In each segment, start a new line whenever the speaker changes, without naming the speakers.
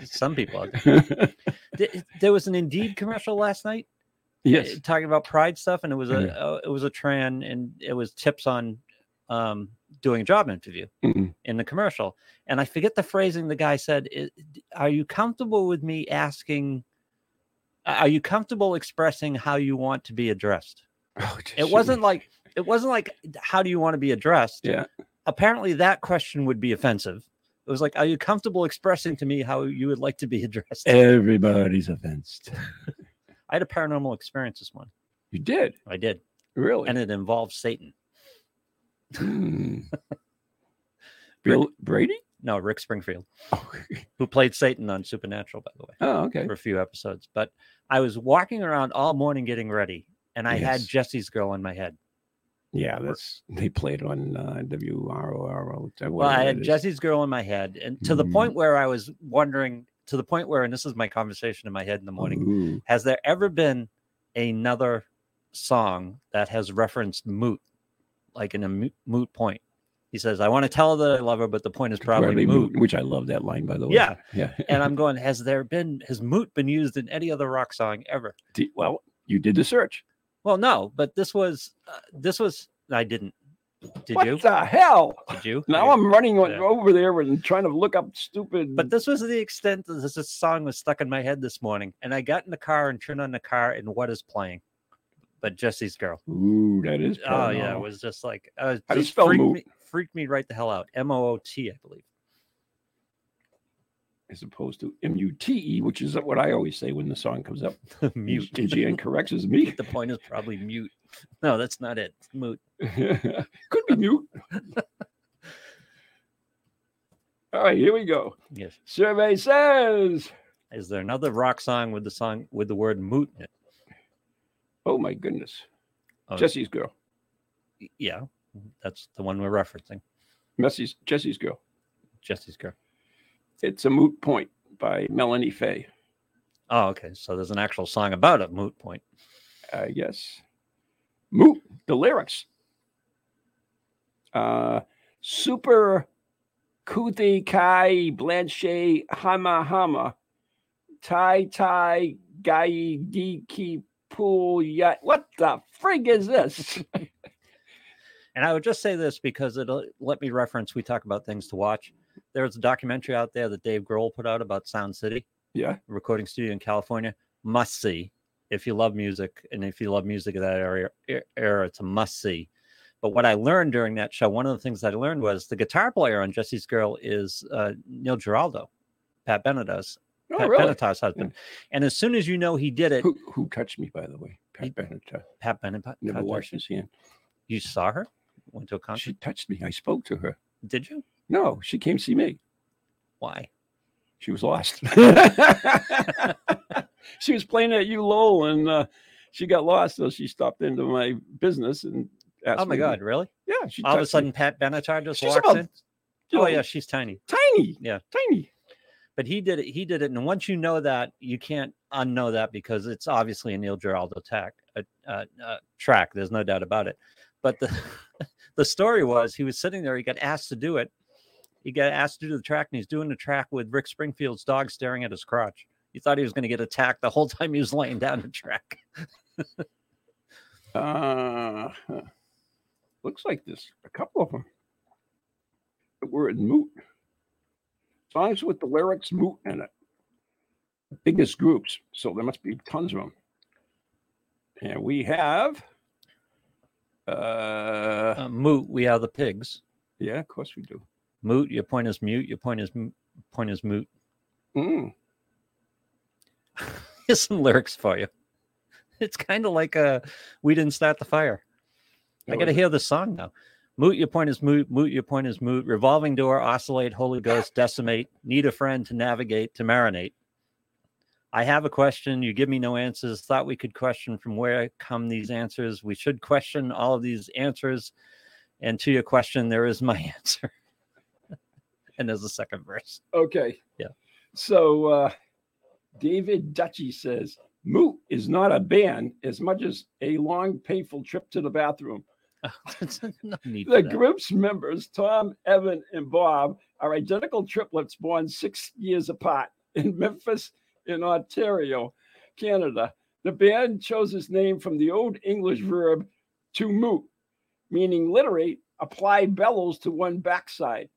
Some people. Out there. Th- There was an Indeed commercial last night
yes.
uh, talking about pride stuff, and it was a
Mhm.
uh, it was a tran, and it was tips on um, doing a job interview
Mm-mm.
in the commercial. And I forget the phrasing the guy said. "I- d- Are you comfortable with me asking? Are you comfortable expressing how you want to be addressed?
Oh,
It
shoot.
wasn't like it wasn't like how do you want to be addressed.
Yeah.
apparently that question would be offensive. It was like, are you comfortable expressing to me how you would like to be addressed?
Eh. Everybody's offensed.
I had a paranormal experience this morning.
You did
I did,
really.
and it involved Satan.
Hmm. Bill Brady.
No, Rick Springfield,
Oh,
who played Satan on Supernatural, by the way,
oh, okay.
for a few episodes. But I was walking around all morning getting ready, and I
Yes.
had Jesse's girl in my head.
Yeah, that's they played on uh, WROR.
Well, I had Jesse's girl in my head, and to the
Mhm.
point where I was wondering, to the point where, and this is my conversation in my head in the morning. Has there ever been another song that has referenced moot, like in a mo- moot point? He says, I want to tell that I love her, but the point is probably, moot.
which I love that line by the way.
Yeah.
yeah.
and I'm going, has there been, has moot been used in any other rock song ever?
Di- well, you did the search.
Well, no, but this was, uh, this was, I didn't. Did
what
you?
the hell?
Did you?
Now I'm running on,
Yeah.
over there and trying to look up stupid.
But this was the extent that this, this song was stuck in my head this morning. And I got in the car and turned on the car, and what is playing? But Jesse's Girl.
ooh, that is.
Oh yeah, it
paranormal.
was just like uh,
How do you
just
spell
freaked
moot?
me, freaked me right the hell out. M O O T, I believe.
as opposed to M U T E, which is what I always say when the song comes up.
mute.
JGN corrects is me.
the point is probably mute. No, that's not it. Moot.
Could be mute. All right, here we go.
Yes.
Survey says,
Is there another rock song with the song with the word moot in it?
oh my goodness,
Oh.
Jesse's girl,
Y- Yeah, that's the one we're referencing.
Messi's Jesse's girl.
Jesse's girl.
It's a moot point by Melanie Fay,
Oh, okay. So there's an actual song about a moot point.
I guess. Moot Uh, the lyrics. Uh, super Kuthi Kai Blanche Hama Hama Tai Tai Gai Diki Pool Ya. What the frig is this?
And I would just say this because it'll let me reference. We talk about things to watch. There's a documentary out there that Dave Grohl put out about Sound City.
Yeah.
recording studio in California. Must see if you love music, and if you love music of that area e- era, it's a must see. But what I learned during that show, one of the things that I learned was the guitar player on Jesse's Girl is uh, Neil Giraldo, Pat Benatas,
Oh,
Pat
really? Hmm.
Benatar's husband. And as soon as you know he did it,
Who, who touched me, by the way? Pat Benatar.
Pat Benatar,
Never washed his hand.
You saw her, went to a concert.
She touched me. I spoke to her.
did you?
No, she came see me.
Why?
She was lost. she was playing at U-Lowell and uh, she got lost. So she stopped into my business and asked
Oh my
me-
God, really?
Yeah. She
All of a
touched me.
sudden, Pat Benatar just
She's
walks
about,
in.
you
Oh
know,
yeah, she's tiny.
Tiny.
Yeah.
Tiny.
but he did it. He did it, and once you know that, you can't unknow that because it's obviously a Neil Giraldo tack, uh, uh, uh, track. There's no doubt about it. But the the story was he was sitting there. He got asked to do it. He got asked to do the track, and he's doing the track with Rick Springfield's dog staring at his crotch. He thought he was going to get attacked the whole time he was laying down the track.
Uh, huh. looks like this. A couple of them that were in moot. Songs with the lyrics moot in it. Biggest groups. So there must be tons of them. And we have, uh,
Uh, moot, we are the pigs.
yeah, of course we do.
Moot, your point is mute. Your point is m- point is moot.
Mm.
Here's some lyrics for you. It's kind of like uh, we didn't start the fire. I got to hear this song now. Moot, your point is moot. Moot, your point is moot. Revolving door, oscillate, Holy Ghost, decimate. Need a friend to navigate, to marinate. I have a question. You give me no answers. Thought we could question from where come these answers. We should question all of these answers. And to your question, there is my answer. and there's a second verse.
Okay.
Yeah.
So uh, David Duchy says Moot is not a band as much as a long, painful trip to the bathroom.
no need for
The
that.
group's members, Tom, Evan, and Bob, are identical triplets born six years apart in Memphis, in Ontario, Canada. The band chose its name from the old English verb to moot, meaning literally apply bellows to one backside.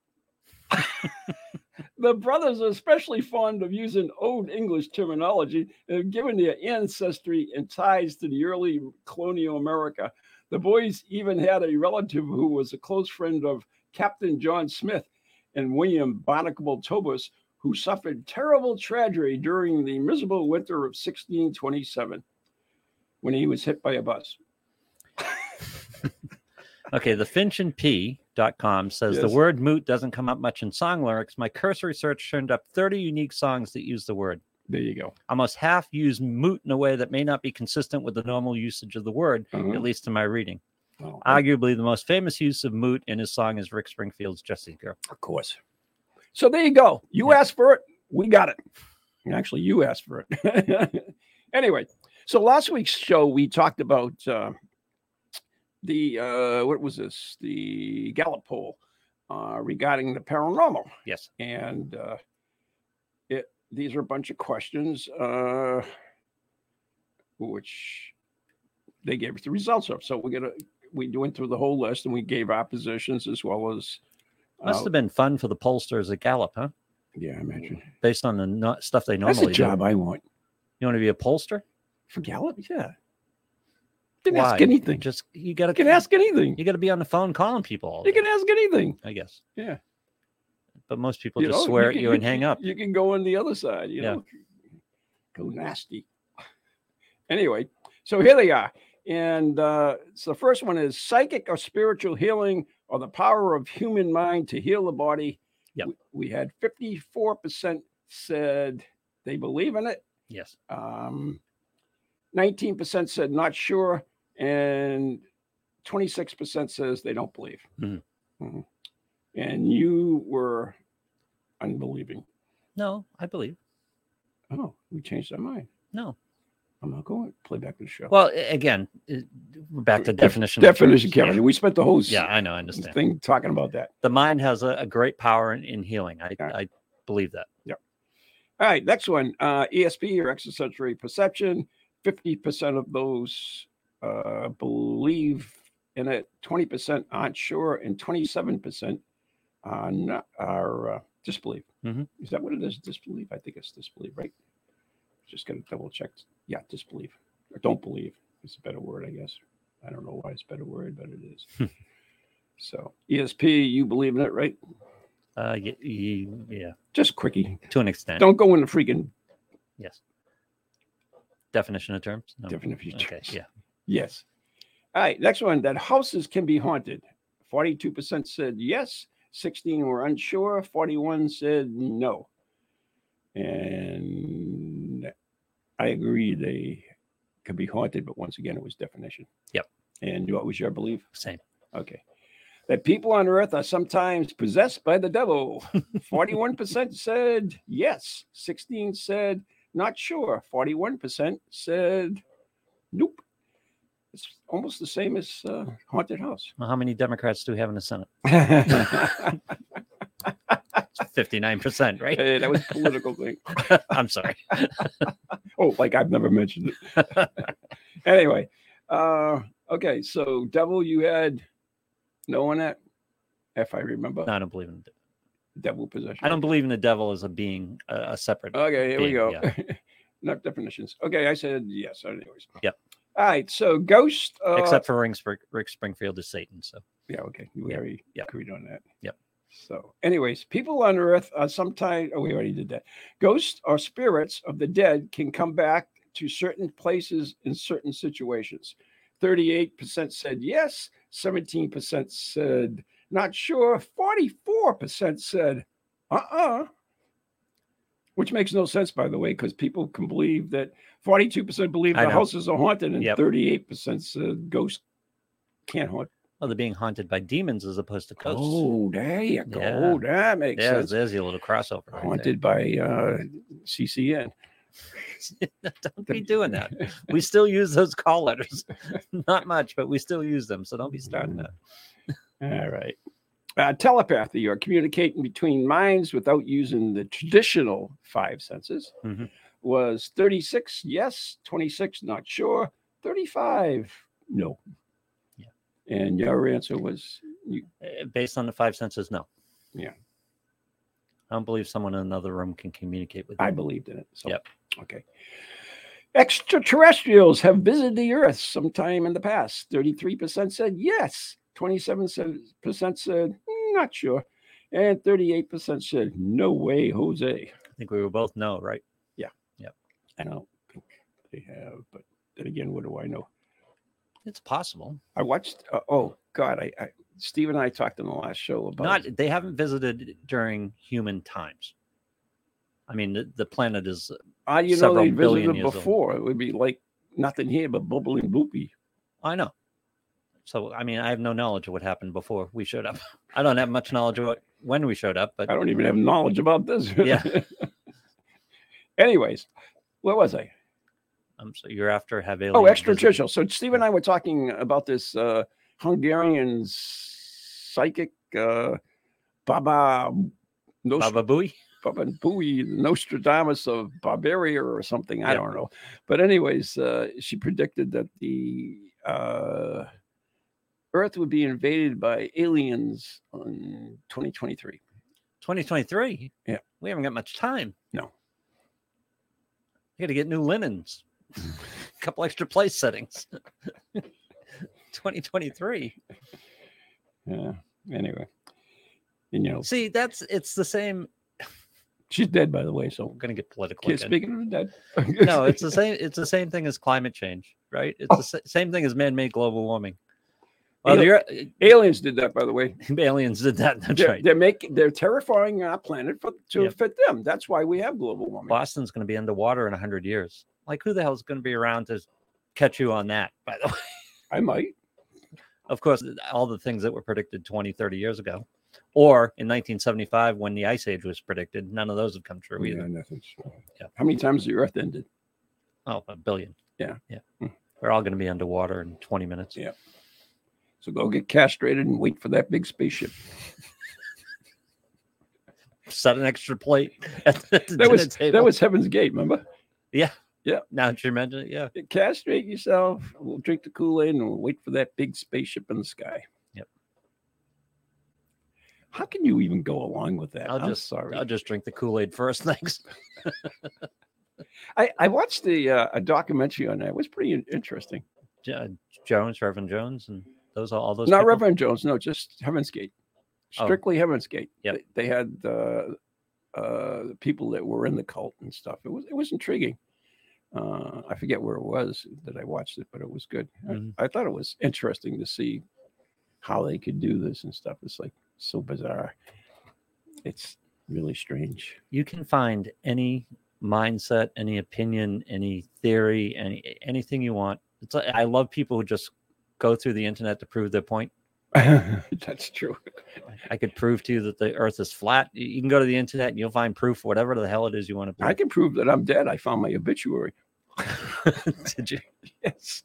the brothers are especially fond of using old English terminology uh, given their ancestry and ties to the early colonial America. The boys even had a relative who was a close friend of Captain John Smith and William Bonacable Tobus, who suffered terrible tragedy during the miserable winter of 1627 when he was hit by a bus.
Okay, the finchandp.com says the
Yes.
word moot doesn't come up much in song lyrics. My cursory search turned up 30 unique songs that use the word.
There you go.
Almost half use moot in a way that may not be consistent with the normal usage of the word,
Uh-huh.
at least in my reading.
Oh,
Arguably, the most famous use of moot in his song is Rick Springfield's Jessie Girl.
of course. So there you go. You
Yeah.
asked for it. We got it. Actually, you asked for it. anyway, so last week's show, we talked about uh, the, uh, what was this? The Gallup poll uh, regarding the paranormal.
Yes.
and uh, it these are a bunch of questions uh, which they gave us the results of. So we're gonna we went through the whole list and we gave our positions as well as uh,
Must have been fun for the pollsters at Gallup, huh?
yeah, I imagine
Based on the no- stuff they
that's a
normally do.
job I want
You want to be a pollster?
for Gallup. Yeah, can
Why?
ask anything.
Just you got
You can ask anything.
You got to be on the phone calling people. all
You
day,
can ask anything.
I guess.
Yeah,
But most people
you
just
know,
swear
can-
at you and hang
can-
up.
You can go on the other side. You
Yeah.
know, go nasty. Anyway, so here they are. And uh, so the first one is psychic or spiritual healing or the power of human mind to heal the body.
Yep.
We, we had 54% said they believe in it.
Yes.
Um, 19% said not sure. And 26% says they don't believe.
Mhm.
Mhm. And you were unbelieving.
No, I believe.
Oh, we changed our mind.
No.
I'm not going. Play back the show.
Well, a- again, it- we're back to
Def-
definition. of
definition,
church.
Kevin. We spent the whole s-
Yeah, I know. I understand.
thing talking about that.
The mind has a, a great power in, in healing. I,
Yeah.
I believe that.
All right, next one. Uh, ESP or extrasensory perception. Fifty percent of those uh, believe in it. Twenty percent aren't sure, and twenty-seven percent are not, are uh, disbelief.
Mhm.
Is that what it is? Disbelief. I think it's disbelief, right? Just gonna double check. Yeah, disbelief. Or don't believe is a better word, I guess. I don't know why it's a better word, but it is. so ESP, you believe in it, right?
Uh, y- y- yeah,
Just quickie.
to an extent.
Don't go in the freaking
Yes. Definition of terms. No.
different if you
Oh, Okay. Yeah.
Yes. All right. Next one that houses can be haunted. 42% said yes. 16 were unsure. 41 said no. And I agree they could be haunted, but once again, it was definition.
Yep.
And what was your belief?
Same.
Okay. That people on earth are sometimes possessed by the devil. 41% said yes. 16 said not sure. 41% said nope. It's almost the same as uh, haunted house.
Well, how many Democrats do we have in the Senate?
hey,
59%, right?
that was a political thing.
I'm sorry.
Oh, like I've never mentioned it. anyway, uh, okay. So devil, you had knowing that, if I remember,
No, I don't believe in. the-
devil possession.
I don't believe in the devil as a being, a, a separate.
Okay, Oh, here we
being,
go.
yeah.
Not definitions. Okay, I said yes. Anyways.
Yep.
All right. So ghost. Uh,
except for Rick, Spr- Rick Springfield is Satan. So
Yeah. Okay. We
Yep,
already
yep.
agreed on that.
Yep.
So, anyways, people on Earth are sometimes. Oh, we already did that. Ghosts or spirits of the dead can come back to certain places in certain situations. Thirty-eight percent said yes. Seventeen percent said not sure. Forty-four percent said uh-uh. Which makes no sense, by the way, because people can believe that 42% believe
I
the
know.
houses are haunted and
Yep.
38% said ghosts can't haunt
oh, they're being haunted by demons as opposed to ghosts.
Oh, there you go. That makes
there's,
sense.
there's your little crossover. right there.
Haunted by uh, CCN.
don't be doing that. We still use those call letters. Not much, but we still use them. So don't be starting
Mm.
that.
All right. Uh, telepathy or communicating between minds without using the traditional five senses
Mhm.
was 36, yes, 26, not sure, 35, no.
Yeah.
And your answer was
Uh, Based on the five senses, no.
Yeah.
I don't believe someone in another room can communicate with you.
I believed in it. So,
Yep.
Okay. Extraterrestrials have visited the Earth sometime in the past. 33% said yes. 27% said "Mm, not sure. And 38% said no way, Jose.
I think we were both no, right?
I don't think they have, but then again, what do I know?
It's possible.
I watched, uh, oh God, I, I Steve and I talked in the last show about
Not they haven't visited during human times. I mean, the, the planet is
Ah, you know, they
several billion
visited
years old.
before. It would be like nothing here but bubbling boopy.
I know. So I mean, I have no knowledge of what happened before we showed up. I don't have much knowledge of what when we showed up, but
I don't even have knowledge about this.
Yeah.
Anyways, where was I?
um, so you're after have aliens.
Oh,
visit-
extraterrestrial. So Steve and I were talking about this uh, Hungarian psychic uh, Baba Nost-
Baba Booey.
Baba Booey, Nostradamus of Barbaria or something. I
Yeah.
don't know. But anyways, uh, she predicted that the uh, Earth would be invaded by aliens on 2023.
2023.
Yeah.
We haven't got much time.
No.
I got to get new linens, a couple extra place settings. 2023.
Yeah. Anyway, and, you know,
See, that's it's the same.
she's dead, by the way. So
I'm gonna get political.
Yeah,
again.
speaking of that,
No, it's the same. It's the same thing as climate change, right?
Oh.
It's the sa- same thing as man-made global warming. Well,
Ali-
you're,
aliens did that, by the way.
aliens did that. That's
They're,
right.
they're making they're terrifying our planet for, to
Yeah.
fit them. That's why we have global warming.
Boston's going to be underwater in 100 years. Like, who the hell's going to be around to catch you on that, by the way?
I might.
Of course, all the things that were predicted 20, 30 years ago, or in 1975 when the ice age was predicted, none of those have come true either.
Yeah, nothing's-
Yeah.
How many times the Earth ended?
Oh, a billion.
Yeah.
Yeah.
Hmm.
They're all going to be underwater in 20 minutes.
Yeah. So go get castrated and wait for that big spaceship.
Set an extra plate at the, at the
That
dinner
was
table.
that was Heaven's Gate. Remember?
now that you mention it. Yeah.
Castrate yourself. We'll drink the Kool Aid and we'll wait for that big spaceship in the sky.
Yep.
How can you even go along with that?
I'll
am
just
sorry.
I'll just drink the Kool Aid first. Thanks.
I, I watched the uh, a documentary on that. It was pretty in- interesting.
Jo- uh, Jones, Reverend Jones, and those are all those.
Not
people?
Reverend Jones, no, just Heaven's Gate.
Oh.
Strictly Heaven's Gate.
Yep.
They, they had uh, uh, people that were in the cult and stuff. It was it was intriguing. Uh, I forget where it was that I watched it, but it was good. I-
Mhm.
I, thought it was interesting to see how they could do this and stuff. It's like so bizarre. It's really strange.
you can find any mindset, any opinion, any theory, any anything you want. It's like, I love people who just go through the internet to prove their point.
That's true.
I could prove to you that the Earth is flat. You you can go to the internet and you'll find proof, whatever the hell it is you want to
I
prove.
can prove that I'm dead. I found my obituary.
Did you?
Yes.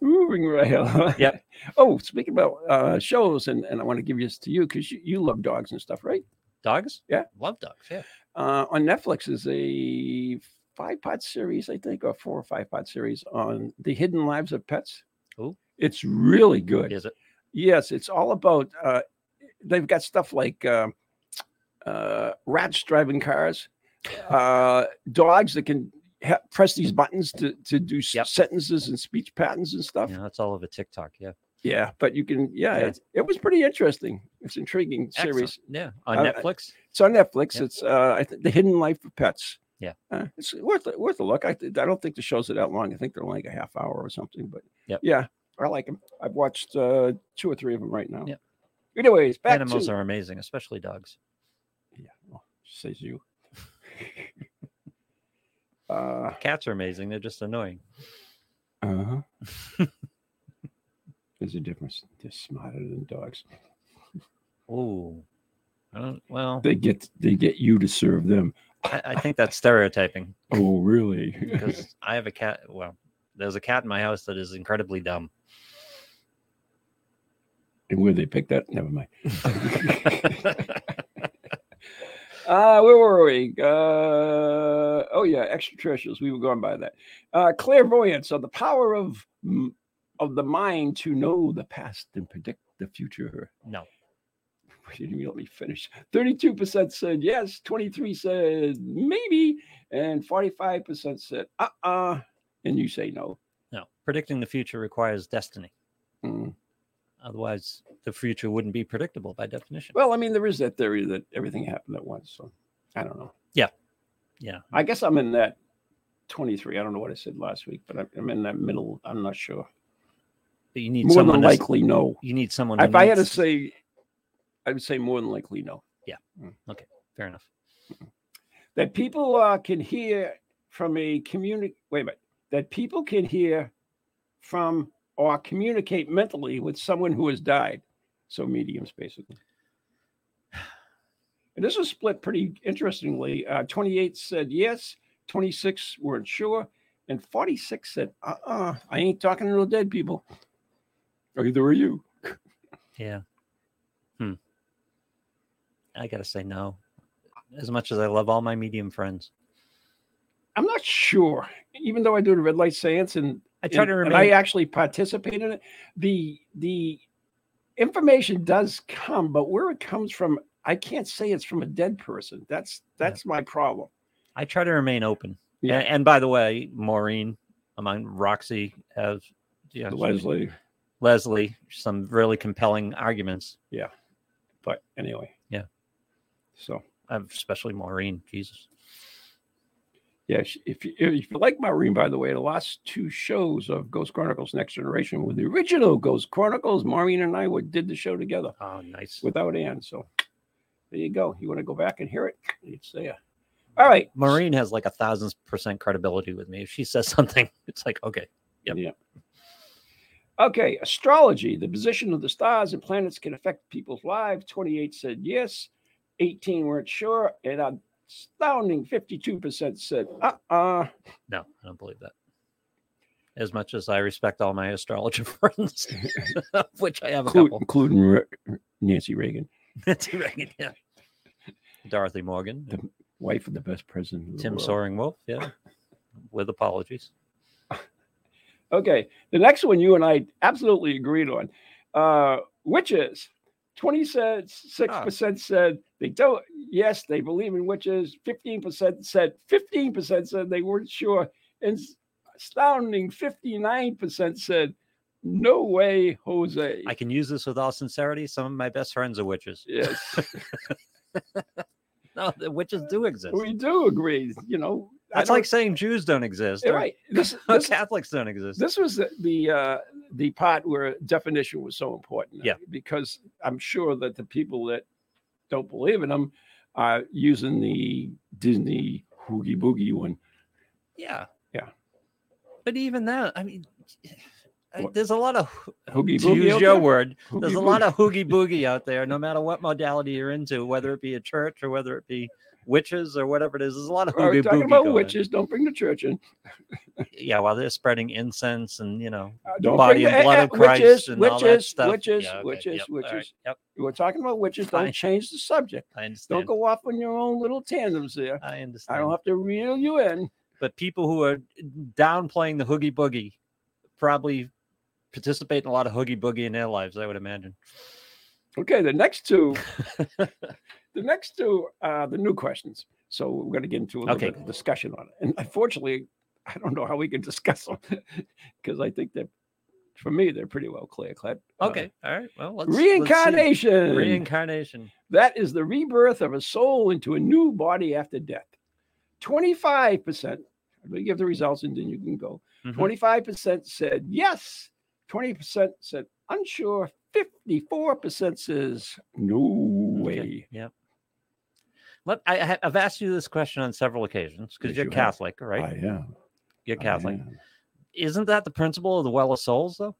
Moving right along.
Yep.
Oh, speaking about uh, shows, and, and I want to give this to you because you, you love dogs and stuff, right?
Dogs?
Yeah.
love dogs. Yeah,
Uh, on Netflix is a five part series, I think, or four or five part series on the hidden lives of pets.
Ooh.
It's really good.
is it?
Yes, it's all about. Uh, they've got stuff like uh, uh, rats driving cars, uh, dogs that can ha- press these buttons to to do s-
Yep.
sentences and speech patterns and stuff.
Yeah,
Yeah,
that's all over TikTok. Yeah.
but you can. Yeah,
Yeah.
It, it was pretty interesting. It's intriguing
Excellent.
series.
Yeah. On
Uh,
Netflix.
It's on Netflix.
Yeah.
It's uh, I th- the Hidden Life of Pets.
Yeah.
uh, it's worth a- worth a look. I th- I don't think the shows are that long. I think they're like a half hour or something. But
Yep.
yeah, I like them. I've watched uh, two or three of them right now.
Yep.
Anyways, back
Animals
to
are amazing, especially dogs.
yeah, well, says you. uh
Cats are amazing. They're just annoying.
huh. There's a difference. They're smarter than dogs.
Oh, I don't. Well,
They get they get you to serve them.
I, I think that's stereotyping
Oh, really?
because I have a cat. Well, there's a cat in my house that is incredibly dumb.
and where they pick that? Never mind. Uh, where were we? Uh, oh yeah, extraterrestrials. We were going by that. Uh, clairvoyance or the power of m- of the mind to know the past and predict the future.
no.
You didn't even let me finish. Thirty-two percent said yes. Twenty-three said maybe, and forty-five percent said uh uh And you say no.
No. Predicting the future requires destiny.
Mm.
Otherwise, the future wouldn't be predictable by definition.
Well, I mean, there is that theory that everything happened at once. So I don't know.
yeah.
I guess I'm in that twenty-three. I don't know what I said last week, but I'm- I'm in that middle. I'm not sure.
But you need
More
someone
than
that's-
likely, no.
You need someone.
If
who
I had to
needs-
say, I would say more than likely no.
fair enough.
That people uh, can hear from a community. Wait a minute. That people can hear from or communicate mentally with someone who has died. So mediums, basically. And this was split pretty interestingly. Uh, 28 said yes, 26 weren't sure, and 46 said, uh uh I ain't talking to no dead people. Either are you.
Yeah. Hmm. I gotta say no. As much as I love all my medium friends,
I'm not sure, even though I do the red light science and
I try
and,
to
and
remain.
I actually participate in it. The the information does come, but where it comes from, I can't say it's from a dead person. That's
Yeah.
that's my problem.
I try to remain open.
Yeah.
And, and by the way, Maureen, among Roxy, has yeah,
Leslie.
Leslie, some really compelling arguments.
But anyway.
Yeah.
So
Um, Especially Maureen, Jesus.
yeah, she- if you, if you like Maureen, by the way, the last two shows of Ghost Chronicles Next Generation with the original Ghost Chronicles, Maureen and I were, did the show together.
Oh, nice.
without Ann. So there you go. You want to go back and hear it? It's there. All right.
Maureen has like a thousand percent credibility with me. If she says something, it's like okay. Yep.
Yeah. Okay. Astrology, the position of the stars and planets can affect people's lives. 28 said yes, 18 weren't sure, and an astounding 52% said uh uh
No, I don't believe that. As much as I respect all my astrologer friends, of which I have a couple.
including Re- Nancy Reagan,
Nancy Reagan, yeah. Dorothy Morgan,
The wife of the best president. in the
Tim
world.
Soaring Wolf, yeah. With apologies.
Okay. The next one you and I absolutely agreed on. Uh,
Ah.
witches. 26% said they don't. Yes, they believe in witches. 15% said 15% said they weren't sure. And s- astounding 59% said, no way, Jose.
I can use this with all sincerity. Some of my best friends are witches.
yes,
No, the witches do exist.
we do agree. You know, I
That's
don't-
like saying Jews don't exist. or
right. This, this,
Catholics don't exist.
this was the the, uh, the part where definition was so important.
Yeah.
because I'm sure that the people that don't believe in them are using the Disney hoogie boogie one.
yeah.
Yeah.
But even that, I mean, uh,
What-
there's a lot of, hoo-
Hoogie
to
boogie.
use
out
your
there?
word,
Hoogie
there's a
boogie.
lot of hoogie boogie out there, no matter what modality you're into, whether it be a church or whether it be witches or whatever it is. There's a lot of
Well, we're
hoogie
talking
boogie.
about
going.
witches. Don't bring the church in.
Yeah, while they're spreading incense and, you know,
Uh, don't
body
bring
and
the, eh,
blood
eh,
of Christ
Witches,
and all that
witches,
stuff.
witches,
Yeah, okay,
witches,
yep, all right,
witches.
Yep,
We're talking about witches.
Fine.
Don't change the subject.
I understand.
Don't go off on your own little tandems there.
I understand.
I don't have to reel you in.
but people who are downplaying the hoogie boogie probably participate in a lot of hoogie boogie in their lives, I would imagine.
Okay, the next two, the next two are the new questions. So we're going to get into a little
Okay.
bit of discussion on it. And unfortunately, I don't know how we can discuss them because I think that for me they're pretty well clear cut. Uh,
Okay. All right. Well, let's let's see.
reincarnation.
Reincarnation.
That is the rebirth of a soul into a new body after death. 25%, I'm going to give the results and then you can go.
Mhm.
25% said yes, 20% said unsure, 54% says no way.
Okay, Yep. Let, I, ha- I've asked you this question on several occasions
Yes,
because you're
you have.
Catholic, right?
I am.
You're
I
Catholic.
am.
Isn't that the principle of the well of souls, though?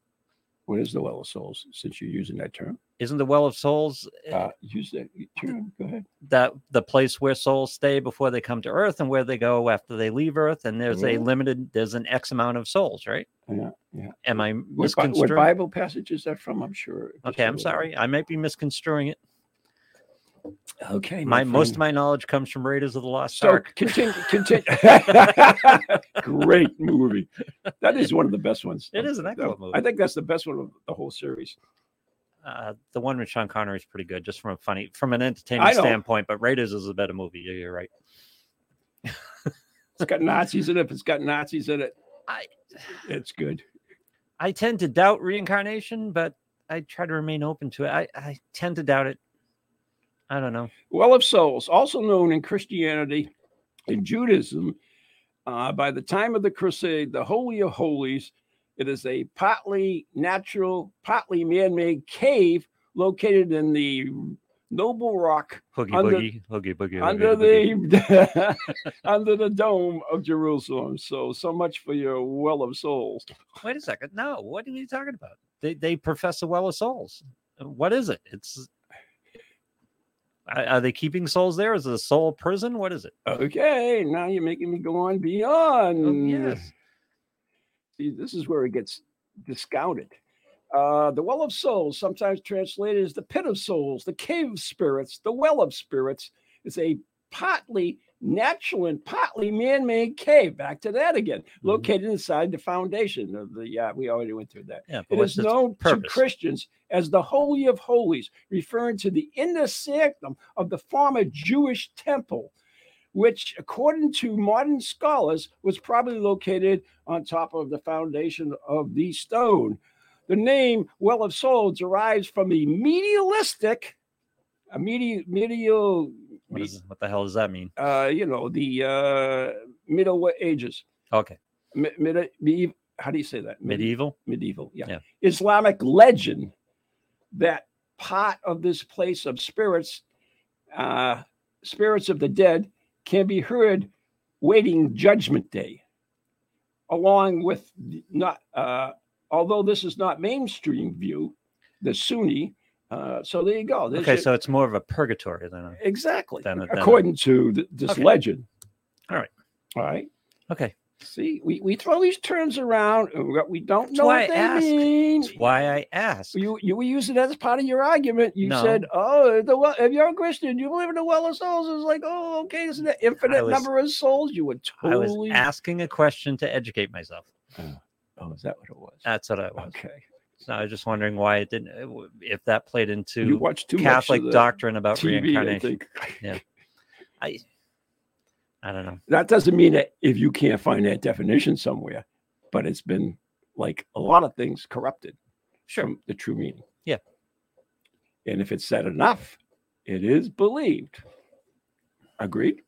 What is the well of souls since you're using that term?
Isn't the well of souls uh,
Uh, use that term. Go ahead.
that the place where souls stay before they come to Earth and where they go after they leave Earth? And there's a
Mhm.
limited, there's an X amount of souls, right?
Yeah, yeah.
Am I
What, Bi- what
misconstruing?
Bible passage is that from? I'm sure. just
okay,
a
I'm
little-
sorry. I might be misconstruing it.
Okay.
My most of
friend.
my knowledge comes from Raiders of the Lost
So
Ark.
continue, continue. Great movie. That is one of the best ones.
It is an
That-
excellent movie.
I think that's the best one of the whole series.
Uh, the one with Sean Connery is pretty good, just from a funny, from an entertainment
know.
standpoint. But Raiders is a better movie. Yeah, You're right.
It's got Nazis in it. If it's got Nazis in it,
I-
it's good.
I tend to doubt reincarnation, but I try to remain open to it. I, I tend to doubt it. I don't know.
Well of Souls, also known in Christianity and Judaism, uh, by the time of the Crusade, the Holy of Holies, it is a partly natural, partly man made cave located in the Noble Rock
Hoogie
Under-
boogie, hoogie boogie,
under
hoogie
the under the dome of Jerusalem. So so much for your well of souls.
boogie. Wait a second. No, what are you talking about? They they profess the well of souls. Uh, What is it? It's are are they keeping souls there? Is it a soul prison? What is it?
Okay, now you're making me go on beyond.
Oh, yes.
See, this is where it gets discounted. Uh, the well of souls, sometimes translated as the pit of souls, the cave of spirits, the well of spirits, is a partly natural and partly man-made cave. Back to that again, located inside the foundation of the. Uh, we already went through that.
Yeah,
It
what's
is
its
known to
purpose?
Christians as the Holy of Holies, referring to the inner sanctum of the former Jewish temple, which, according to modern scholars, was probably located on top of the foundation of the stone. The name Well of Soul derives from the medialistic, a medi- medial,
What, is, what the hell does that mean?
uh, you know, the uh, Middle Ages,
Okay,
mi- mid- medi- how do you say that? Medi-
medieval.
medieval, yeah.
Yeah.
Islamic legend that part of this place of spirits, uh, spirits of the dead, can be heard waiting judgment day, along with the- not. Uh, although this is not mainstream view, the Sunni. Uh, so there you go. There's
Okay,
your-
so it's more of a purgatory than a
exactly
then- then-
according to th- this
Okay.
legend.
All right.
All right.
okay.
See, we, we throw these terms around and we- we don't know
why I
what they
asked.
mean.
That's why I asked.
Mm. You you were using that as part of your argument. You
No.
said, "Oh, the well, if you're a Christian, you believe in the well of souls." It's like, "Oh, okay, isn't that infinite
was-
number of souls?" You would
I was
totally.
asking a question to educate myself.
oh, is that what it was?
That's what I was.
okay,
So I was just wondering why it didn't, uh, w- if that played
you
into
watch too
Catholic
much of the
doctrine about
TV. I
reincarnation.
think
I don't know.
that doesn't mean that if you can't find that definition somewhere, but it's been like a lot of things corrupted
Sure.
from the true meaning.
Yeah.
and if it's said enough, it is believed. Agreed.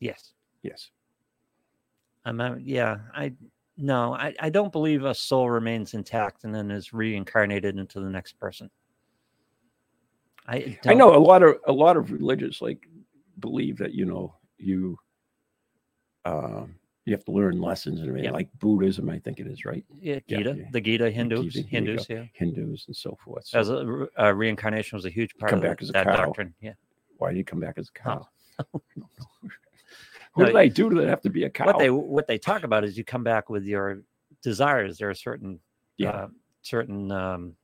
Yes.
Yes.
I'm, uh, yeah. I, no, I, I don't believe a soul remains intact and then is reincarnated into the next person. I,
I
don't-
know a lot of a lot of religious like believe that you know you um you have to learn lessons and everything,
Yeah.
like Buddhism, I think it is, right?
Yeah,
yeah,
Gita,
yeah.
the Gita Hindus,
Gita, there you
Hindus, yeah.
Hindus and so forth. So
As a, re- uh, reincarnation was a huge part
Come
of that-
back as a
that
cow.
doctrine. Yeah.
why do you come back as a cow?
No,
what did I do to have to be a cow?
What they what they talk about is you come back with your desires. There are certain
yeah.
uh, certain um,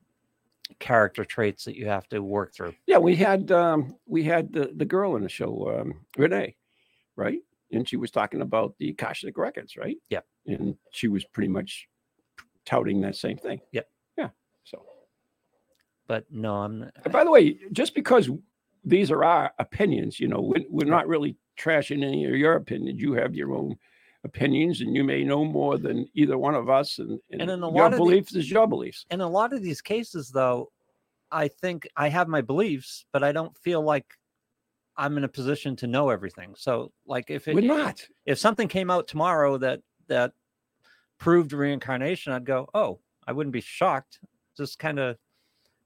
character traits that you have to work through.
yeah, we had um we had the, the girl in the show, um, Renee, right? And she was talking about the Akashic records, right?
Yeah.
And she was pretty much touting that same thing.
Yeah.
Yeah.
But no, I'm
And by the way, just because these are our opinions, you know, we're, we're not really trashing any of your opinions. You have your own opinions, and you may know more than either one of us. And, and,
And in a
your
lot of the-
beliefs is your beliefs.
in a lot of these cases though i think i have my beliefs but i don't feel like i'm in a position to know everything so like if
We're
it,
not.
if something came out tomorrow that that proved reincarnation i'd go oh i wouldn't be shocked just kind of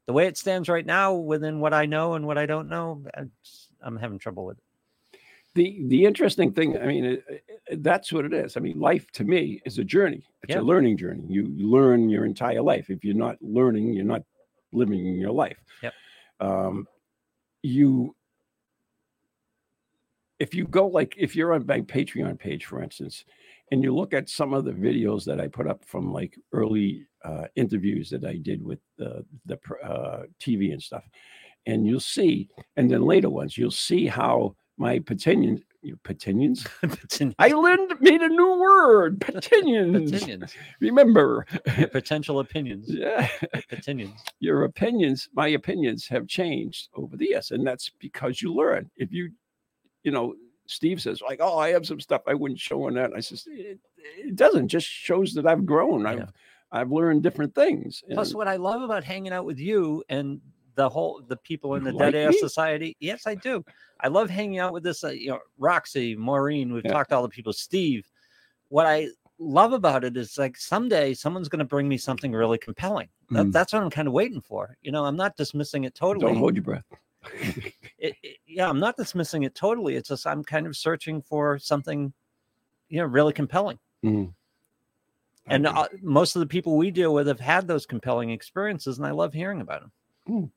the way it stands right now within what i know and what i don't know I'm just- i'm having trouble with it
the the interesting thing i mean it, it- that's what it is i mean life to me is a journey it's
Yeah.
a learning journey you, you learn your entire life if you're not learning you're not living your life
Yep.
um you if you go like if you're on my patreon page for instance and you look at some of the videos that i put up from like early uh, interviews that i did with the the pr- uh, tv and stuff and you'll see and then later ones you'll see how my petinions your petinions
Poten-
i learned made a new word petinions
opinions
remember
your potential opinions
yeah
opinions
your opinions my opinions have changed over the years and that's because you learn if you you know steve says like oh i have some stuff i wouldn't show on that and i says it, it doesn't just shows that i've grown i've
Yeah.
i've learned different things
Plus,
and-
what I love about hanging out with you and the whole the people in
You
the
like
Dead Air
me?
Society. Yes, I do. I love hanging out with this. Uh, you know, Roxy, Maureen. We've
Yeah.
talked to all the people. Steve. What I love about it is like someday someone's going to bring me something really compelling. That,
Mm.
That's what I'm kind of waiting for. You know, I'm not dismissing it totally.
don't hold your breath
It- it- yeah, I'm not dismissing it totally. It's just I'm kind of searching for something, you know, really compelling
Mm.
and
Okay.
uh, most of the people we deal with have had those compelling experiences and i love hearing about them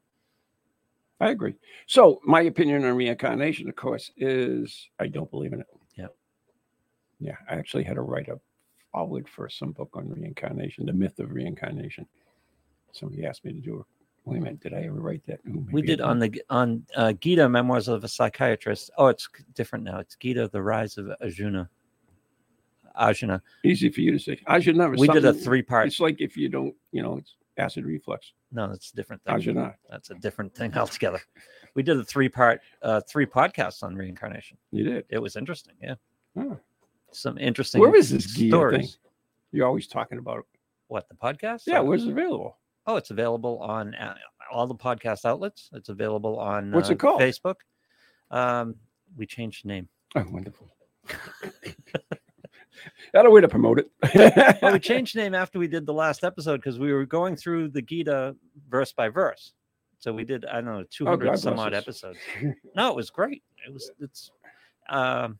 I agree. So my opinion on reincarnation, of course, is I don't believe in it.
Yeah.
Yeah. I actually had to write a forward for some book on reincarnation, the myth of reincarnation. Somebody asked me to do it. Wait a minute, did I ever write that? Ooh, maybe
we
I
did on the G- on uh, gita memoirs of a psychiatrist oh it's c- different now it's gita the rise of arjuna arjuna
Easy for you to say. I should never.
we did a
something-
three part
It's like if you don't, you know, it's acid reflux.
no that's a different
I
thing
should not.
that's a different thing altogether we did a three part uh three podcasts on reincarnation
You did.
it was interesting yeah
Oh.
some interesting
Where is this Gita thing?
stories
You're always talking about it.
what the podcast
Yeah,
Uh,
where's it available?
Oh, it's available on uh, all the podcast outlets. It's available on
What's it
uh,
called?
Facebook. Um, we changed the name.
Oh, wonderful. Not a way to promote it.
Well, we changed the name after we did the last episode because we were going through the Gita verse by verse. So we did I don't know two hundred
Oh, God
some
bless
odd
us.
episodes. No, it was great. It was it's um,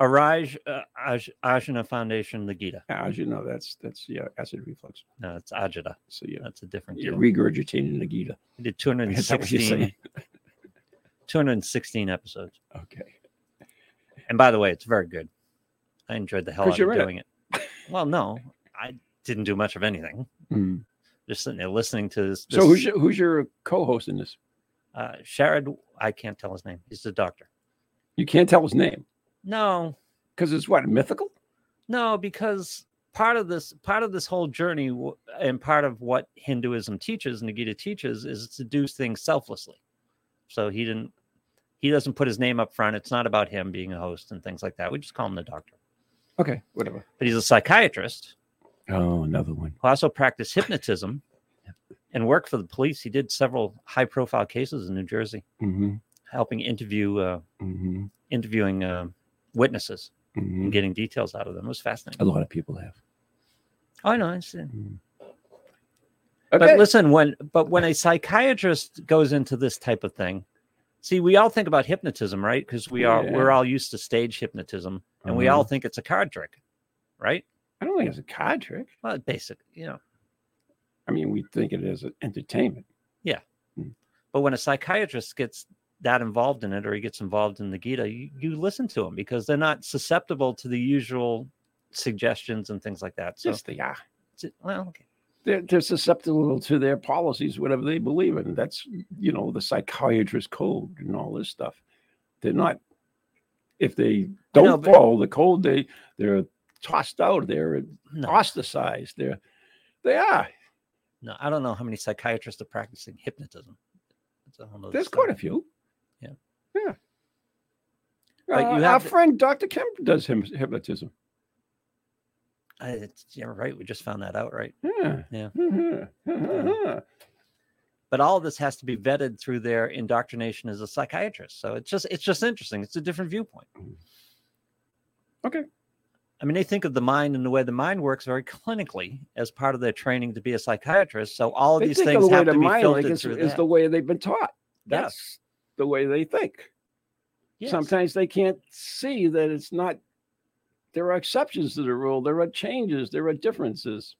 Araj uh, Aj- Ajna Foundation, the Gita.
Yeah, As you know, that's that's yeah, acid reflux.
No, it's Ajita.
So yeah,
That's a different.
you're
deal.
regurgitating the Gita.
We did
Is that what you're
216,
saying?
216 episodes.
Okay.
And by the way, it's very good. I enjoyed the hell
'Cause
out
you're
of
in it.
doing it. Well, no, I didn't do much of anything.
Hmm.
Just sitting there listening to this.
So who's
this,
your, who's your co-host in this?
uh, Sharad? I can't tell his name. He's the doctor.
You can't tell his name
No,
because it's what mythical.
no, because part of this part of this whole journey w- and part of what Hinduism teaches, Nagita teaches, is to do things selflessly. So he didn't. He doesn't put his name up front. It's not about him being a host and things like that. We just call him the doctor.
Okay, whatever.
But he's a psychiatrist.
Oh, another one.
who also practiced hypnotism and worked for the police. He did several high profile cases in New Jersey,
Mm-hmm.
helping interview uh,
Mm-hmm.
interviewing uh, witnesses
Mm-hmm.
and getting details out of them. It was fascinating.
A lot of people have.
Oh, I know. I see.
Mm-hmm. Okay.
But listen, when but when a psychiatrist goes into this type of thing, see, we all think about hypnotism, right? Because we are we're all used to stage hypnotism, and we
Uh-huh.
all think it's a card trick, right?
I don't think it's a card trick.
Well, basic, you know.
I mean, we think it is an entertainment.
But when a psychiatrist gets that involved in it or he gets involved in the Gita, you, you listen to him because they're not susceptible to the usual suggestions and things like that. So,
yes, they are.
it's- well, okay.
They're, they're susceptible to their policies, whatever they believe in. That's you know the psychiatrist code and all this stuff. They're not if they
know,
don't
but-
follow the code, they they're tossed out, they're
no.
ostracized, they're they are.
no, I don't know how many psychiatrists are practicing hypnotism. That's a whole nother
There's
story.
quite a few.
Yeah.
Yeah.
But you
Uh, our
have to-
friend Dr. Kemp does him, hypnotism.
I, it's, yeah, right. We just found that out, right?
Yeah.
Yeah.
yeah.
But all of this has to be vetted through their indoctrination as a psychiatrist. So it's just it's just interesting. It's a different viewpoint.
Okay.
I mean, they think of the mind and the way the mind works very clinically as part of their training to be a psychiatrist. So all of
They
these
think of
things
the way
have
the
to be
mind like
filtered
is,
through
is
that.
the way they've been taught.
Yes.
That's the way they think.
Yes.
Sometimes they can't see that it's not. There are exceptions to the rule. There are changes. There are differences.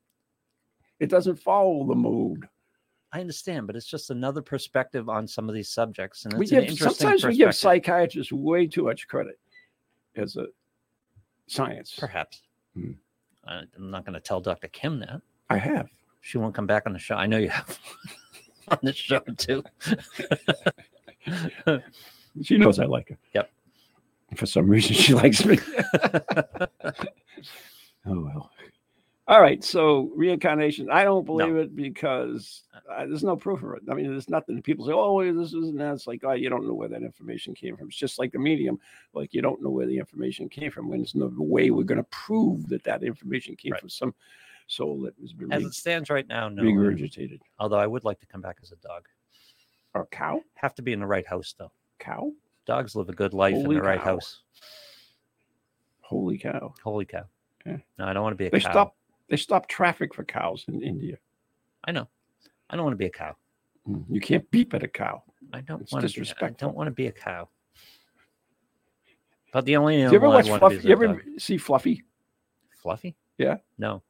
It doesn't follow the mode.
I understand, but it's just another perspective on some of these subjects, and
we
it's an
give,
interesting
sometimes we
perspective.
give psychiatrists way too much credit as a science.
Perhaps
Hmm.
I, I'm not going to tell Dr. Kim that
I have.
she won't come back on the show. I know you have on the show too.
She knows I like her.
Yep.
For some reason, she likes me. Oh well. All right. So reincarnation, I don't believe it because uh, there's no proof of it. I mean, there's nothing. People say, "Oh, this isn't that." It's like, oh, you don't know where that information came from. It's just like the medium. Like you don't know where the information came from. When there's no way we're going to prove that that information came
Right.
from some soul that has been
as
re-
it stands right now, no.
regurgitated.
Although I would like to come back as a dog.
Or cow?
Have to be in the right house though.
Cow?
Dogs live a good life
Holy
in the right
cow.
house.
Holy cow!
Holy cow!
Yeah.
No, I don't want to be a
They
cow.
stop. They stop traffic for cows in India.
I know. I don't want to be a cow. Mm-hmm.
You can't beep at a cow.
I don't
It's
want to. Be, I
disrespectful.
don't want to be a cow. But the only
Do you ever
animal I
watch
want
Fluffy?
to be is
You
a
ever
dog.
see Fluffy?
Fluffy?
Yeah.
No.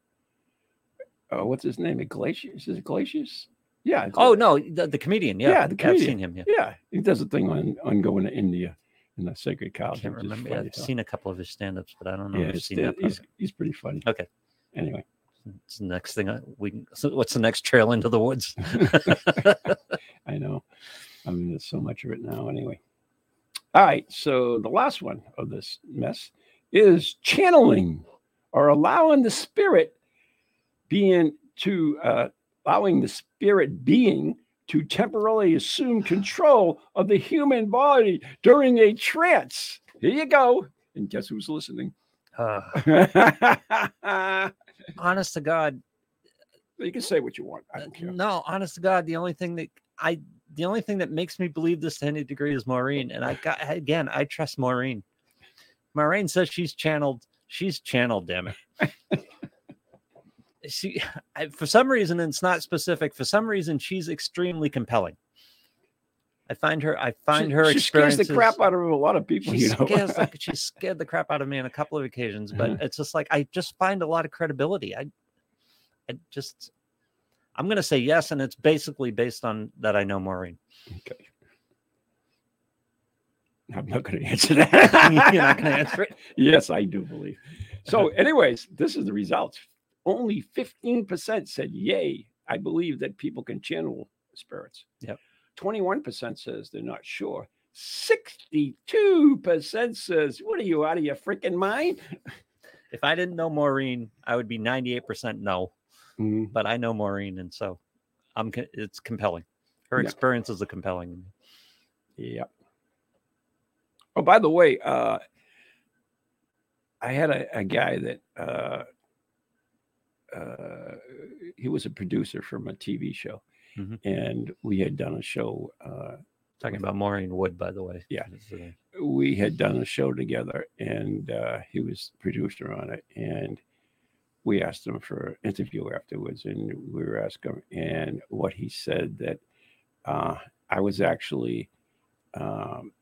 uh, what's his name? Iglesias? Is it Iglesias? Yeah.
Oh
Igle-
no, the, the comedian. Yeah,
Yeah, the
I've
comedian.
seen him. Yeah.
Yeah, he does a thing on, on going to India in the sacred cow.
I can't remember. Yeah, I've seen a couple of his stand-ups, but I don't know.
yeah,
if I've
it's-
seen that.
he's he's pretty funny.
Okay.
Anyway,
part. It's the next thing I, we. can- so What's the next trail into the woods?
I know. I mean, there's so much of it now. Anyway. All right. So the last one of this mess is channeling or allowing the spirit being to uh, allowing the spirit being to temporarily assume control of the human body during a trance. Here you go. And guess who's listening?
Uh,
you
honest to God,
can say what you want. I
Uh,
don't care.
No, honest to God, the only thing that I the only thing that makes me believe this to any degree is Maureen. And I got again, I trust Maureen. Maureen says she's channeled. She's channeled, damn it. she I, for some reason, and it's not specific, for some reason she's extremely compelling. I find her I find
she,
her
she scares the crap
experiences-
out of a lot of people.
she
you know? Mm-hmm.
scares the, she scared the crap out of me on a couple of occasions, but it's just like I just find a lot of credibility. I, I just, I'm gonna say yes, and it's basically based on that I know Maureen.
Okay. I'm not going to answer that.
You're not gonna answer it.
Yes, I do believe. So, anyways, this is the results. Only 15% said, Yay, I believe that people can channel spirits.
Yep.
21% says they're not sure. 62% says, What are you out of your freaking mind?
If I didn't know Maureen, I would be 98 percent no, but I know Maureen, and so I'm. co- It's compelling. Her
Yeah.
experiences are compelling to me.
Yep. Oh, by the way, uh, I had a, a guy that uh, uh, he was a producer from a TV show,
Mhm.
and we had done a show. Uh,
Talking about Maureen Wood, by the way.
Yeah.
It's, uh,
we had done a show together, and uh, he was producer on it, and we asked him for an interview afterwards, and we were asking him, and what he said that uh, I was actually um,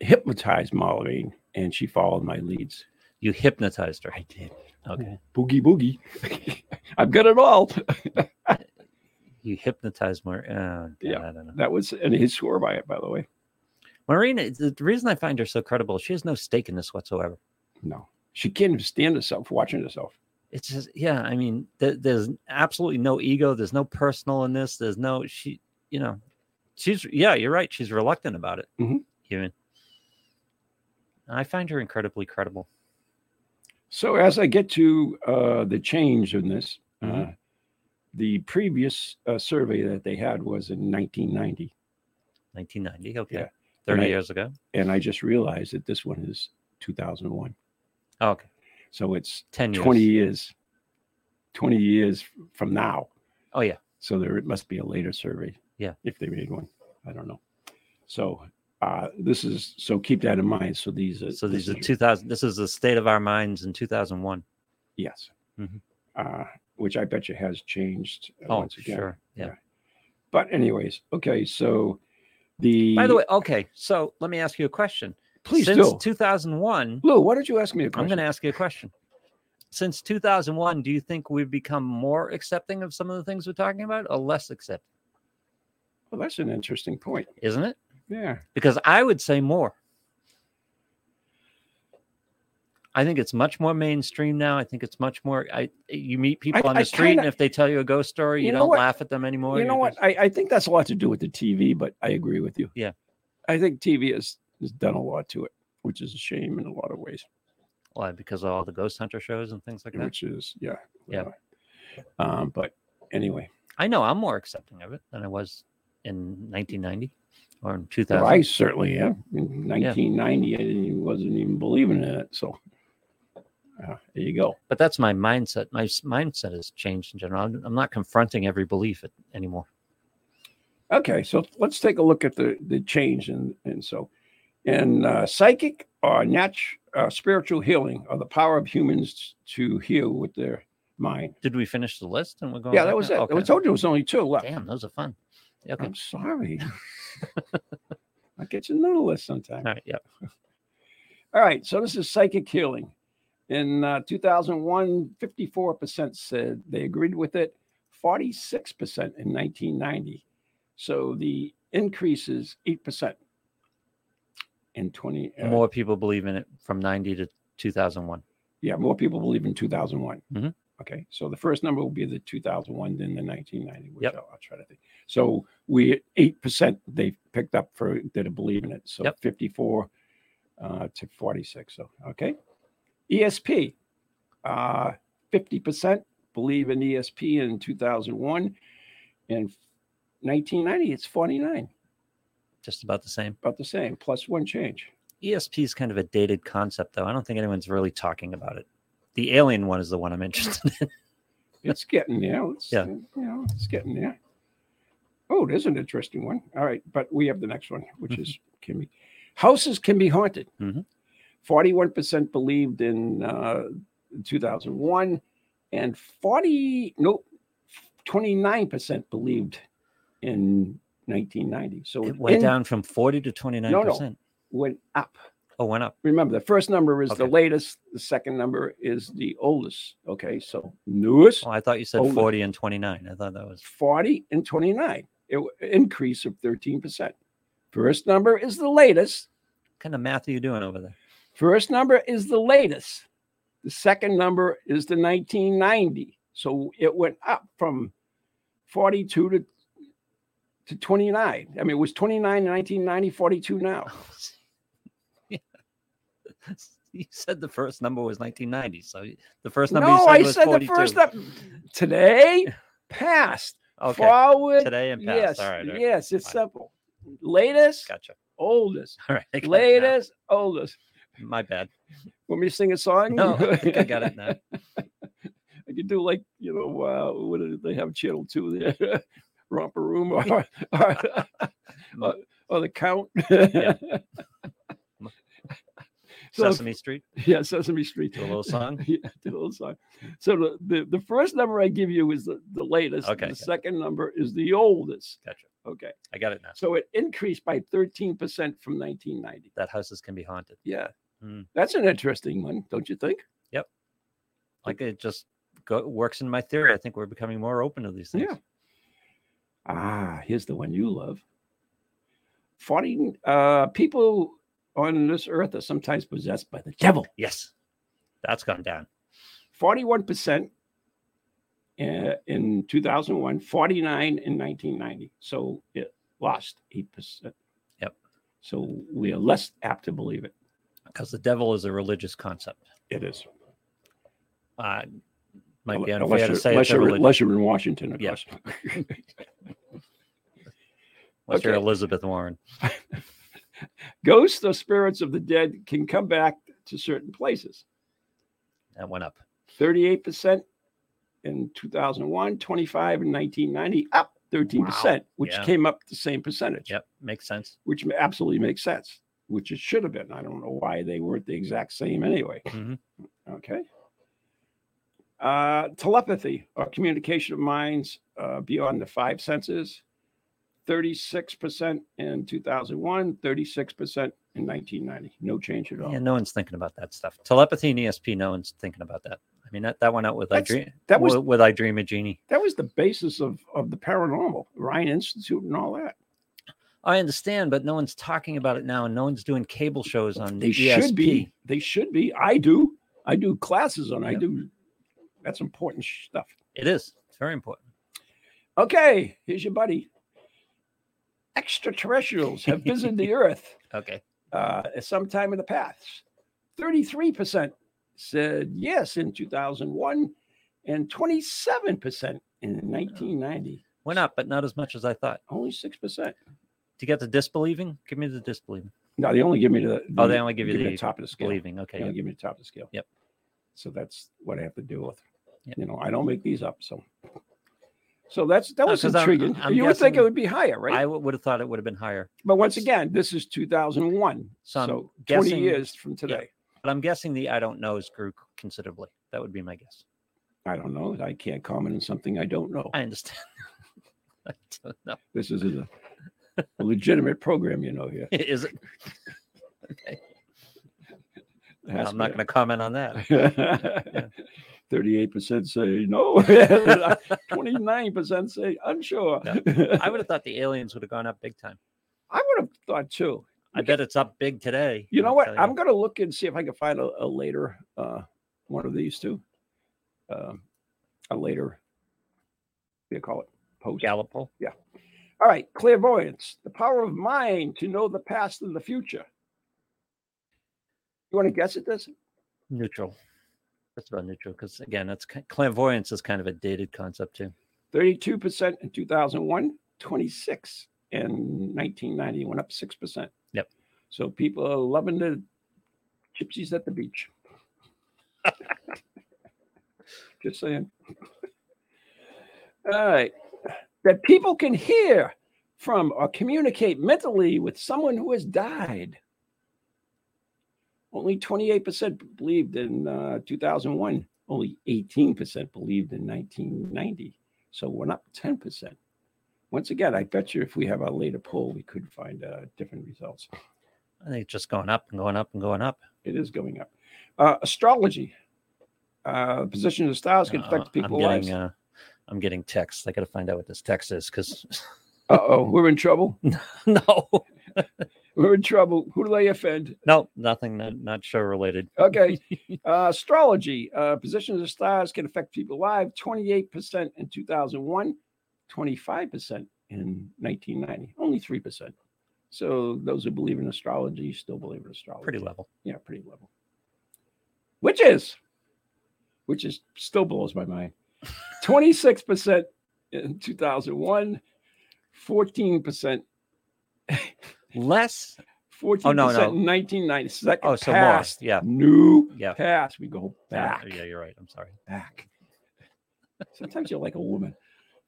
hypnotized Maureen, and she followed my leads.
You hypnotized her.
did.
Okay.
Boogie boogie. I've got it all.
You hypnotized Maureen. Oh,
Yeah.
God, I don't know.
That was, and he swore by it, by the way.
Marina, uh, the the reason I find her so credible, she has no stake in this whatsoever.
No, she can't even stand herself watching herself.
It's just, yeah, I mean, th- there's absolutely no ego. There's no personal in this. There's no, she, you know, she's, yeah, you're right. She's reluctant about it,
Mhm.
even. I find her incredibly credible.
So as I get to uh, the change in this, uh,
Mhm.
The previous uh, survey that they had was in 1990.
1990. Okay.
Yeah.
30
And I-
years ago.
And I just realized that this one is 2001.
Oh, okay.
So it's
10 years.
20 years, 20 years from now.
Oh, yeah.
So there it must be a later survey.
Yeah.
If they made one, I don't know. So uh, this is so keep that in mind. So these are
So these
this
are
is-
2000. This is the state of our minds in 2001.
yes,
Mhm.
uh, which I bet you has changed uh,
Oh,
once again.
sure. Yeah.
Yeah. But anyways, okay. So the
By the way, okay. So let me ask you a question.
please
Since
do.
2001,
Lou, why don't you ask me a
I'm
question?
going to ask you a question. Since 2001, do you think we've become more accepting of some of the things we're talking about or less accepting?
Well, that's an interesting point.
Isn't it?
Yeah.
Because I would say more. I think it's much more mainstream now. I think it's much more. I you meet people on the
I
street,
kinda-
and if they tell you a ghost story, you,
You know
don't
what?
laugh at them anymore.
you know
You're
what?
just-
I, I think that's a lot to do with the TV, but I agree with you.
Yeah.
I think TV has, has done a lot to it, which is a shame in a lot of ways.
Why? Because of all the ghost hunter shows and things like that.
which is yeah
Yeah.
uh, um but anyway
I know I'm more accepting of it than I was in 1990 or in
well,
2000.
i certainly am in 1990 i didn't, even- wasn't even believing in it so uh, there you go
But that's my mindset. My s- mindset has changed in general. I'm I'm not confronting every belief at- anymore.
okay so let's take a look at the the change and and so in uh, psychic or nat- uh, spiritual healing or the power of humans to heal with their mind
Did we finish the list? And we're going.
yeah
back
that was Mm-hmm. it
now?
i told you it was only two left
Damn, those are fun. Yeah, Okay.
i'm sorry i get you another list sometime
All right. Yeah.
All right, so this is psychic healing. In uh, 2001, 54% said they agreed with it, 46% in 1990. So the increase is 8% in 20. uh,
More people believe in it from 90 to 2001.
Yeah, more people believe in 2001.
Mhm.
Okay, so the first number will be the 2001, then the 1990, which
Yep.
I'll, I'll try to think. So we 8% they picked up for that believe in it. So
Yep.
54 uh, to 46. So, okay. ESP, uh, 50% believe in ESP in 2001. In 1990, it's 49,
Just about the same.
about the same, plus one change.
ESP is kind of a dated concept, though. I don't think anyone's really talking about it. The alien one is the one I'm interested in.
it's getting there. It's,
Yeah.
You know, it's getting there. Oh, there's an interesting one. All right, but we have the next one, which is
Mm-hmm.
can be houses can be haunted.
Mhm.
41% believed in uh, 2001, and 40 nope, 29% believed in 1990. So
It went
in-
down from 40 to 29%.
went up.
Oh, went up.
Remember, the first number is the
Okay.
latest, the second number is the oldest. Okay, so newest.
Oh, I thought you said
Older.
40 and 29. I thought that was
40 and 29, it, w- increase of 13%. First number is the latest.
kind of math are you doing over there?
First number is the latest. The second number is the 1990. So it went up from 42 to, to 29. I mean, it was 29 in 1990, 42 now.
you said the first number was 1990. So y- the first number you
no,
said
I
was
said
42.
the first up today, past,
Okay.
forward.
Today and past.
Yes,
all right. all right.
yes, it's
Fine.
simple. Latest,
Gotcha.
oldest.
All right. I got it now.
Latest, oldest.
My bad.
Want me to sing a song?
No, I think I got it now.
I could do like you know, uh, what did they have channel two there? Romper room or or, or, or the count. so
Sesame Street,
yeah, Sesame Street.
do a little song.
Yeah, do a little song. So the, the, the first number I give you is the, the latest.
Okay,
The
gotcha.
second number is the oldest.
Gotcha.
Okay.
I got it now.
So it increased by 13% from 1990.
That houses can be haunted.
Yeah.
Hmm.
That's an interesting one, don't you think?
Like it just go, works in my theory. I think we're becoming more open to these things.
Yeah. Ah, here's the one you love. 40 uh, people on this earth are sometimes possessed by the devil.
Yes. That's gone down.
41% uh, in 2001, 49 in 1990. So it lost 8%.
Yep.
So we are less apt to believe it.
because the devil is a religious concept.
It is.
Uh, might be
unless
unfair to
you're-
say
unless
it's a
you're,
religion.
unless you're in Washington, of
Yeah.
course.
unless you're
okay.
Elizabeth Warren.
Ghosts or spirits of the dead can come back to certain places.
That went up.
38% in 2001, 25 in 1990, up 13%, which
Yeah.
came up the same percentage,
Yep, makes sense.
which ma- absolutely makes sense, which it should have been. I don't know why they weren't the exact same anyway.
Mhm.
Okay. Uh, telepathy or communication of minds uh, beyond the five senses, 36% in 2001, 36% in 1990. No change at all.
Yeah, no one's thinking about that stuff. Telepathy and ESP, no one's thinking about that. I mean, that, that went out with I
That's-
dream.
that was-
with, with I dream a genie.
That was the basis of, of the paranormal, Ryan Institute, and all that.
I understand, but no one's talking about it now, and no one's doing cable shows on E
They
ESP.
should be. They should be. I do. I do classes on. I
Yep.
do. That's important stuff.
It is. It's very important.
Okay, here's your buddy. Extraterrestrials have visited the Earth
Okay.
uh, at some time in the past. Thirty-three percent said yes in 2001, and 27 percent in 1990.
Went up, but not as much as I thought.
Only six percent.
To get the disbelieving, give me the disbelieving.
No, they only give me the.
Oh, they only give you
me
the
top of the scale.
Believing. Okay.
They
yep.
only give me the top of the scale.
Yep.
So that's what I have to deal with.
Yep.
You know, I don't make these up. So, so that's that
No,
was
'cause I'm-
intriguing.
I'm
you would think it
guessing-
would be higher, right?
I w- would have thought it would have been higher,
but once again, this is 2001.
So I'm
so 20
guessing-
years from today.
but I'm guessing the I don't knows grew considerably. That would be my guess.
I don't know. I can't comment on something I don't know.
I understand. I don't know.
This is a, a legitimate program, you know. Here,
Is it?
It has
I'm not
to
going to comment on that.
be. Thirty-eight percent say no. Twenty-nine percent say unsure.
I would have thought the aliens would have gone up big time.
I would have thought too.
I bet it's up big today.
You know
I'll
what?
tell
I'm going to look and see if I can find a, a later uh, one of these two. Um a later, what do you call it? Post.
Gallup poll.
All right. Clairvoyance, the power of mind to know the past and the future. You want to guess at this?
Neutral. That's about neutral because again, that's ki- clairvoyance is kind of a dated concept too.
32% in 2001, 26 in 1990, went up 6%.
Yep.
So people are loving the gypsies at the beach. Just saying. All right. That people can hear from or communicate mentally with someone who has died. Only 28% believed in uh, 2001, only 18% believed in 1990. So we're up 10%. Once again, I bet you if we have a later poll, we could find uh, different results.
I think it's just going up and going up and going up.
It is going up. Uh, astrology, uh, position of the stars can
Uh,
affect people's
I'm
lives.
getting,
Uh
uh, I'm getting texts. I got to find out what this text is because
oh, we're in trouble.
no,
We're in trouble. Who do they offend?
no, nothing, not, not show related.
Okay. uh, astrology, uh, position of the stars can affect people's lives 28% in 2001, 25% in 1990, only 3%. So those who believe in astrology still believe in astrology.
Pretty level.
yeah, pretty level. Witches, which is still blows my mind. 26% in 2001, 14%,
Less.
14%
Oh, no, no.
in 1990. So that
Oh, so
past,
more. Yeah.
new
Yeah.
past. We go
Yeah,
back,
yeah, you're right. I'm sorry.
back. Sometimes you're like a woman.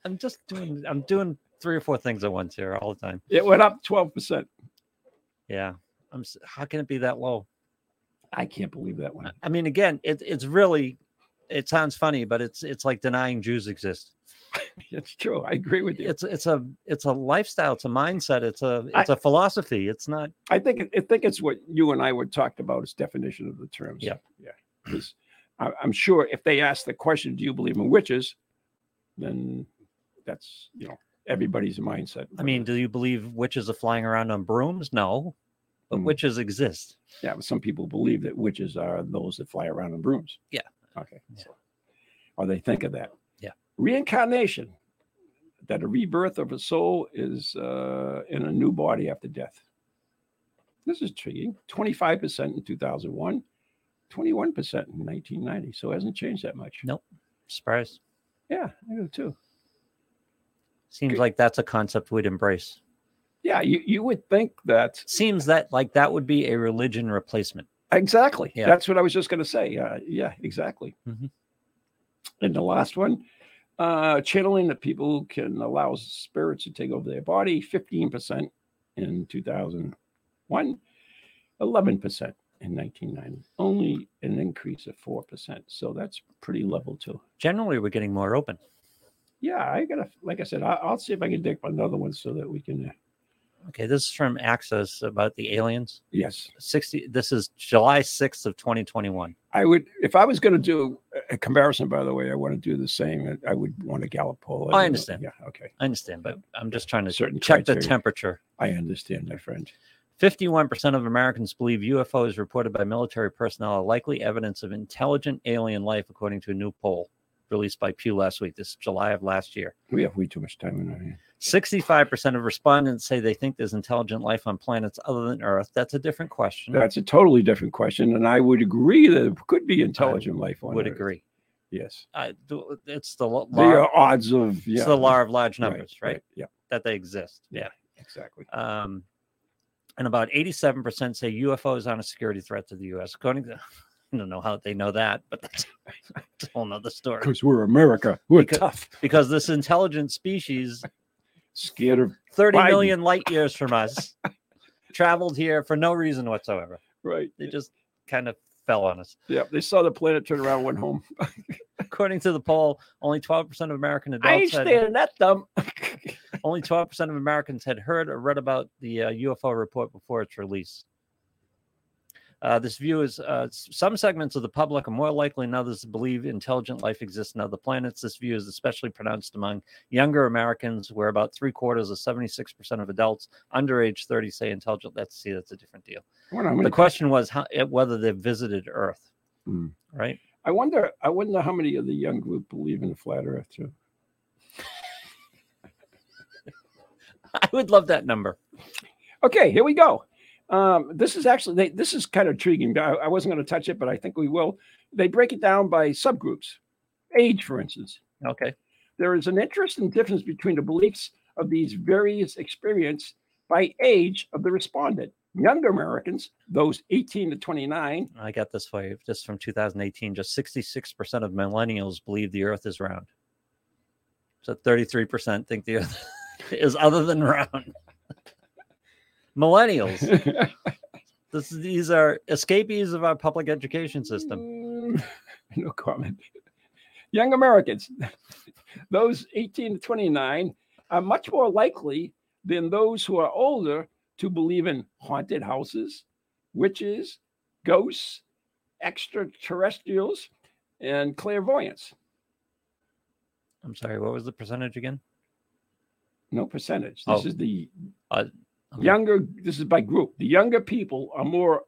I'm just doing. I'm doing three or four things at once here all the time.
It went up 12%.
Yeah. I'm. s- How can it be that low?
I can't believe that one.
I- I mean, again, it, it's really, it sounds funny, but it's it's like denying Jews exist.
It's true. I agree with you.
It's it's a it's a lifestyle, it's a mindset, it's a
I-
it's a philosophy. It's not
I think I think it's what you and I were talked about as definition of the terms.
Yeah.
yeah. 'Cause I, I'm sure if they ask the question, "Do you believe in witches?" then that's you know everybody's mindset.
I mean, do you believe witches are flying around on brooms? No, but
Mm.
witches exist.
yeah, but some people believe that witches are those that fly around in brooms.
Yeah.
Okay.
Yeah.
So- or they think of that.
Yeah.
Reincarnation, that a rebirth of a soul is uh, in a new body after death. This is intriguing. 25% in 2001, 21% in 1990. So it hasn't changed that much.
Nope. Surprise.
Yeah, I do too.
Seems
Good.
like that's a concept we'd embrace.
Yeah, you, you would think that
Seems that like that would be a religion replacement.
exactly.
Yeah.
That's what I was just going to say. Uh, yeah, exactly.
Mhm.
And the last one, uh, channeling that people can allow spirits to take over their body, fifteen percent in two thousand one, eleven percent in nineteen ninety. Only an increase of four percent. So that's pretty level too.
Generally, we're getting more open.
Yeah, I gotta like I said, I, I'll see if I can dig up another one so that we can. Uh,
Okay, this is from Access about the aliens.
yes.
60 this is July 6th of 2021.
I would, if I was going to do a- a comparison, by the way, I want to do the same. I I would want a Gallup poll.
I understand.
Yeah. Okay.
I understand, but I'm just trying to
Certain
check the
criteria.
temperature.
I understand, my friend.
51% of Americans believe UFOs reported by military personnel are likely evidence of intelligent alien life, according to a new poll released by Pew last week. This is July of last year.
We have way too much time in our hands.
65% of respondents say they think there's intelligent life on planets other than Earth. That's a different question.
That's a totally different question. And I would agree that it could be intelligent life on
would
Earth.
agree.
Yes.
I, th- it's the lo-
The
law,
uh, odds of, yeah.
it's the law of large numbers, right?
Yeah.
That they exist.
Yeah.
Yeah.
Exactly.
Um, and about 87% say UFOs aren't a security threat to the U.S. According to, I don't know how they know that, but that's a whole nother story.
Because we're America. We're
Because-
tough.
Because this intelligent species,
Scared of,
thirty
Biden.
million light years from us, traveled here for no reason whatsoever.
right.
They just kind of fell on us.
Yeah. They saw the planet turn around, went home.
According to the poll, only 12% of American
I ain't
adults had,
standing that dumb.
only 12% of Americans had heard or read about the uh, UFO report before its release. Uh, this view is uh, s- some segments of the public are more likely than others to believe intelligent life exists on other planets. This view is especially pronounced among younger Americans, where about three quarters or 76% of adults under age 30 say intelligent. Let's see, that's a different deal.
I wonder how
The
many
question was how, eh, whether they visited Earth,
Hmm.
right?
I wonder. I wonder how many of the young group believe in a flat Earth too.
I would love that number.
Okay, here we go. Um, this is actually they, this is kind of intriguing. I, I wasn't going to touch it, but I think we will. They break it down by subgroups, age, for instance.
Okay.
There is an interesting difference between the beliefs of these various experience by age of the respondent. Younger Americans, those 18 to 29,
I got this for you just from 2018. Just 66% of millennials believe the earth is round. So 33% think the earth is other than round. millennials. This, these are escapees of our public education system.
Mm, no comment. Young Americans, those 18 to 29, are much more likely than those who are older to believe in haunted houses, witches, ghosts, extraterrestrials, and clairvoyance.
I'm sorry, what was the percentage again?
No percentage. This
Oh.
is the
Okay.
younger, this is by group. The younger people are more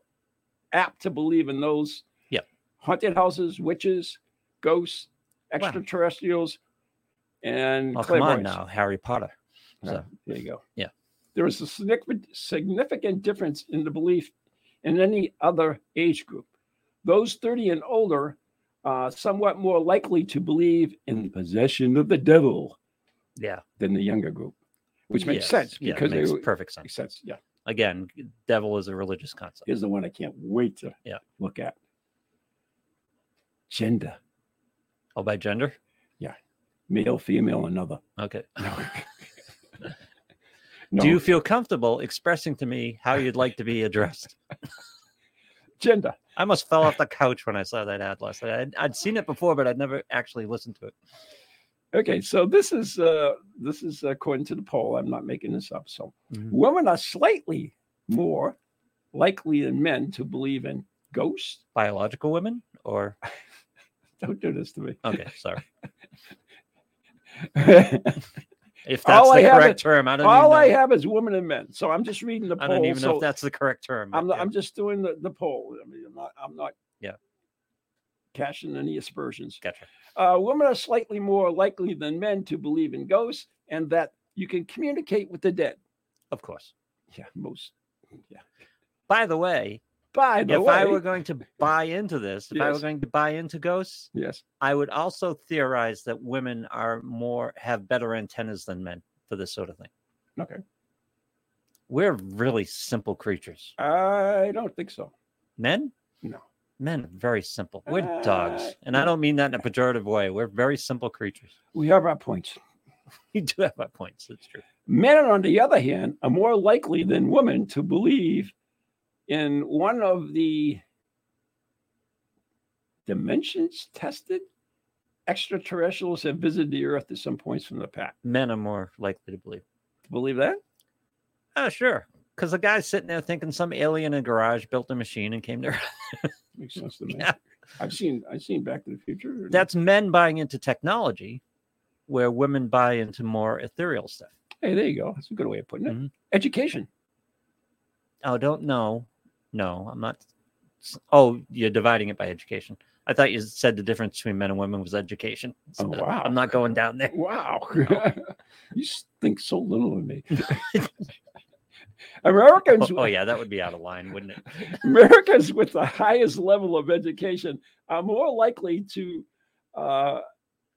apt to believe in those
Yep.
haunted houses, witches, ghosts, extraterrestrials, and
Oh, come on
clairvoyance.
now, Harry Potter.
Yeah,
So,
there you go.
Yeah.
There is a significant significant difference in the belief in any other age group. Those 30 and older are somewhat more likely to believe in the possession of the devil
yeah.
than the younger group, which makes
yes,
sense
Yeah, it
because
makes
they were-
perfect sense.
makes sense. Yeah.
Again, devil is a religious concept.
Here's the one I can't wait to
Yeah.
look at. Gender,
Oh, by gender?
male, female, another.
Okay.
No.
Do you feel comfortable expressing to me how you'd like to be addressed?
gender?
I almost fell off the couch when I saw that ad last night. I'd, I'd seen it before, but I'd never actually listened to it.
Okay, so this is uh this is according to the poll. I'm not making this up. So
Mhm.
women are slightly more likely than men to believe in ghosts.
Biological women, or
Don't do this to me.
okay, sorry.
all
If that's
All I
the
have
correct
is-
term, I don't
I
even know.
have is women and men. So I'm just reading the
I,
poll.
don't even know
so
if that's the correct term.
I'm
but
not, I'm just doing the, the poll. I mean, I'm not I'm not
Yeah.
cashing any aspersions.
yeah, gotcha.
Uh, women are slightly more likely than men to believe in ghosts and that you can communicate with the dead.
Of course.
Yeah, most.
By the way,
By the
if
way,
I were going to buy into this, if I were
Yes.
going to buy into ghosts,
yes,
I would also theorize that women are more have better antennas than men for this sort of thing.
Okay.
We're really simple creatures.
I don't think so.
Men?
No.
Men are very simple. We're
Uh,
dogs. And I don't mean that in a pejorative way. We're very simple creatures.
We have our points.
We do have our points. That's true.
Men, on the other hand, are more likely than women to believe in one of the dimensions tested. Extraterrestrials have visited the Earth at some points from the past.
Men are more likely to believe.
Believe that?
Oh, sure. Because the guy's sitting there thinking some alien in a garage built a machine and came there.
Makes sense to me.
Yeah.
I've seen I've seen Back to the Future.
That's men buying into technology, where women buy into more ethereal stuff.
hey, there you go. That's a good way of putting it.
Mhm.
Education.
Oh, don't know. No, I'm not. s- Oh, you're dividing it by education. I thought you said the difference between men and women was education.
Oh, wow.
I'm not going down there.
Wow. you s- think so little of me. Americans
Oh, oh, yeah, that would be out of line, wouldn't it?
Americans with the highest level of education are more likely to uh,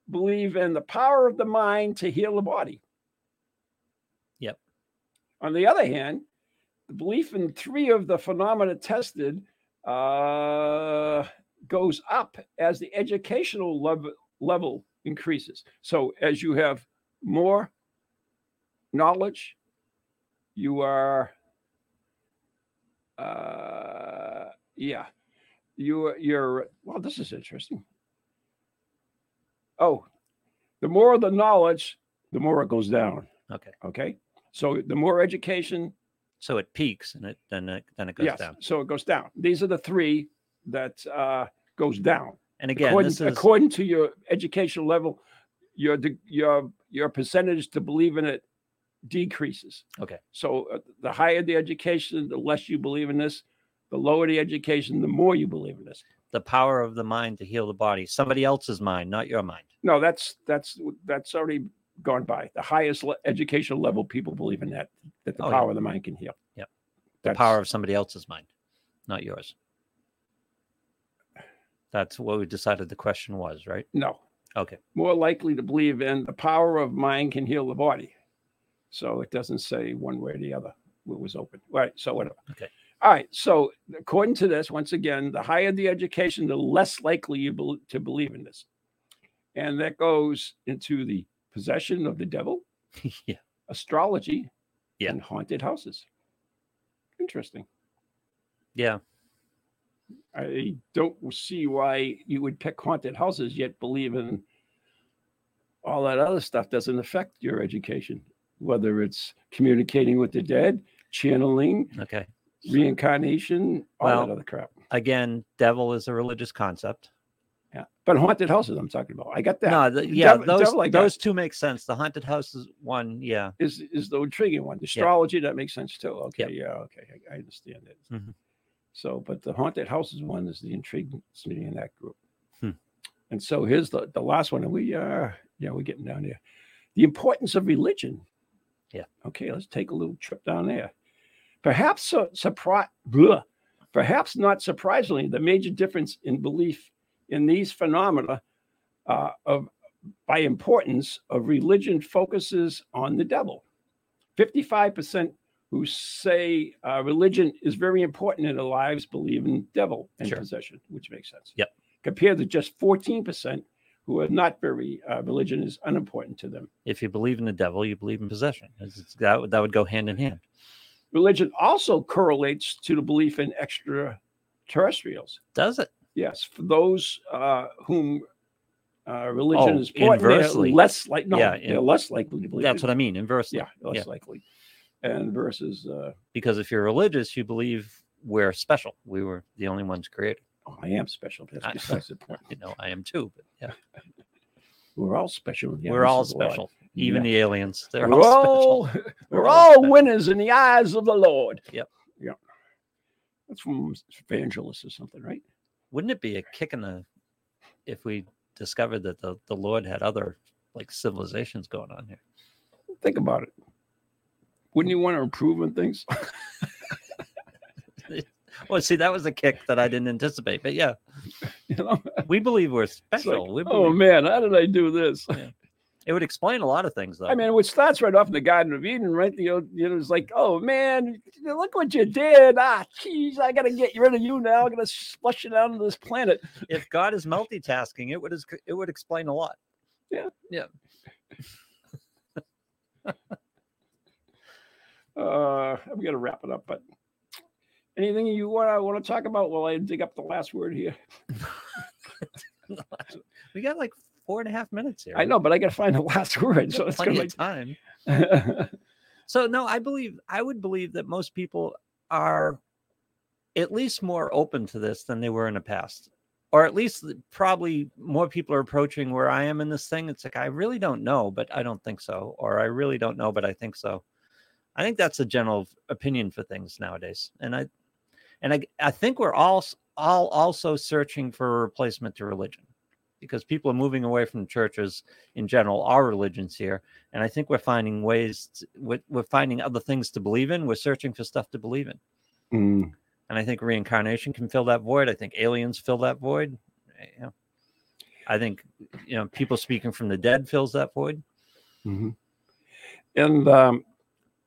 believe in the power of the mind to heal the body.
Yep.
On the other hand, the belief in three of the phenomena tested uh, goes up as the educational level, level increases. So, as you have more knowledge, you are uh yeah you you're well this is interesting oh the more the knowledge the more it goes down
Okay,
okay so the more education
so it peaks and it then it, then it goes
yes
down.
so it goes down these are the three that uh goes down
And again,
according,
this is
according to your educational level your de- your your percentage to believe in it decreases
Okay.
so uh, the higher the education the less you believe in this the lower the education the more you believe in this
the power of the mind to heal the body. Somebody else's mind, not your mind.
no that's that's that's already gone by the highest le- educational level people believe in that that the
Oh, yeah.
power of the mind can heal
Yep.
the
power of somebody else's mind, not yours. That's what we decided the question was, right?
no
Okay.
more likely to believe in the power of mind can heal the body. So it doesn't say one way or the other. It was open. All Right. So whatever.
Okay.
All right. So according to this, once again, the higher the education, the less likely you bel to believe in this. And that goes into the possession of the devil,
yeah.
astrology,
Yeah.
and haunted houses. Interesting.
Yeah.
I don't see why you would pick haunted houses yet believe in all that other stuff doesn't affect your education, whether it's communicating with the dead, channeling,
Okay.
reincarnation, all that
Well-
other crap.
Again, devil is a religious concept.
Yeah. But haunted houses, I'm talking about. I got that.
No, the, yeah,
Devil-
those
devil I got.
those two make sense. The haunted house is one. Yeah.
Is is the intriguing one. The astrology, that makes sense too. Okay. Yeah. Okay. I, I understand it.
Mhm.
So, but the haunted houses one is the intriguing to me in that group.
Hmm.
And so here's the, the last one. And we are, yeah, we're getting down there. The importance of religion.
Yeah.
Okay. Let's take a little trip down there. Perhaps su- surpri- bleh. perhaps not surprisingly, the major difference in belief in these phenomena uh, of by importance of religion focuses on the devil. 55% who say uh, religion is very important in their lives believe in devil and
Sure.
possession, which makes sense.
Yep.
Compared to just 14% who are not very, uh, religion is unimportant to them.
If you believe in the devil, you believe in possession. It's- it's- that would- that would go hand in hand.
Religion also correlates to the belief in extraterrestrials.
Does it?
Yes, for those uh, whom uh, religion
Oh,
is important, they're
inversely.
less like no,
Yeah,
they're
in-
less likely to believe.
That's
in-
what I mean. Inversely.
yeah, less
yeah.
likely. And versus uh,
Because if you're religious, you believe we're special. We were the only ones created.
Oh, I am special. That's
I-
besides the point.
You know, I am too. But yeah,
We're all special. in the
we're
eyes
all
of the Lord.
special. Even
Yeah.
the aliens, they're
we're
all special.
all, we're
We're
all
all special.
winners in the eyes of the Lord.
Yep.
Yep. That's from Evangelist or something, right?
wouldn't it be a kick in the if we discovered that the, the Lord had other like civilizations going on here?
Think about it. Wouldn't you want to improve on things?
well, see, that was a kick that I didn't anticipate. But yeah,
You know,
we believe we're
it's like,
special. we
oh
believe.
man, how did I do this?
It would explain a lot of things, though.
I mean, it starts right off in the Garden of Eden, right? You know, you know, it's like, oh man, look what you did. Ah, geez, I gotta get rid of you now. I'm gonna flush you down to this planet.
if God is multitasking, it would is- it would explain a lot.
Uh, I'm gonna wrap it up, but anything you want to want to talk about while I dig up the last word here?
We got like four and a half minutes here.
I know, but I gotta find the last word, so it's
plenty
gonna
of time.
like.
So no, I believe I would believe that most people are at least more open to this than they were in the past. Or at least th- probably more people are approaching where I am in this thing. It's like I really don't know, but I don't think so. Or I really don't know, but I think so. I think that's the general f- opinion for things nowadays. And I and I I think we're all s- all also searching for a replacement to religion because people are moving away from churches in general, our religions here, and I think we're finding ways. To, we're, we're finding other things to believe in. We're searching for stuff to believe in, and I think reincarnation can fill that void. I think aliens fill that void. eh, you know. I think you know people speaking from the dead fills that void.
Mhm. And um,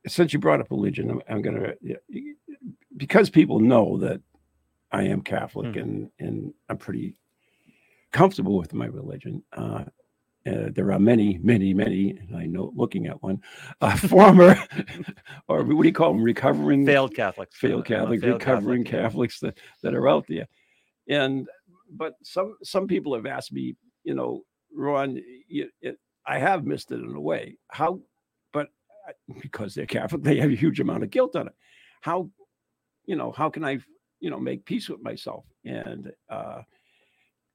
since you brought up religion, I'm, I'm gonna yeah, y- because people know that I am Catholic
Mhm.
and and I'm pretty comfortable with my religion. Uh, uh, there are many, many, many, and I know looking at one, uh, former or what do you call them, recovering
Failed Catholics,
Mm. failed
I'm a
Catholic,
failed
recovering
Catholic, yeah.
Catholics that, that are out there. And but some some people have asked me, you know, Ron, you, it, I have missed it in a way. How? But I- because they're Catholic, they have a huge amount of guilt on it. How? You know, how can I? You know, make peace with myself. And uh,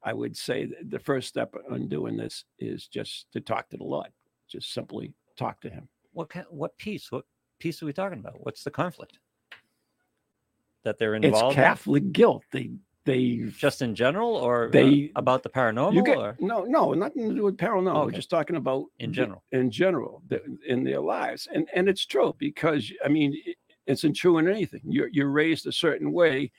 I would say th- the first step on doing this is just to talk to the Lord. Just simply talk to Him.
What kind, what piece? What piece are we talking about? What's the conflict that they're
It's
involved? in?
Catholic guilt. They they
Just in general, or uh,
They-
about the paranormal,
You get,
or
no, no, nothing to do with paranormal. We're
Oh, Okay.
just talking about
In
the-
general.
in general, the- in their lives, and and it's true because I mean, it- it's in true in anything. You're you're raised a certain way,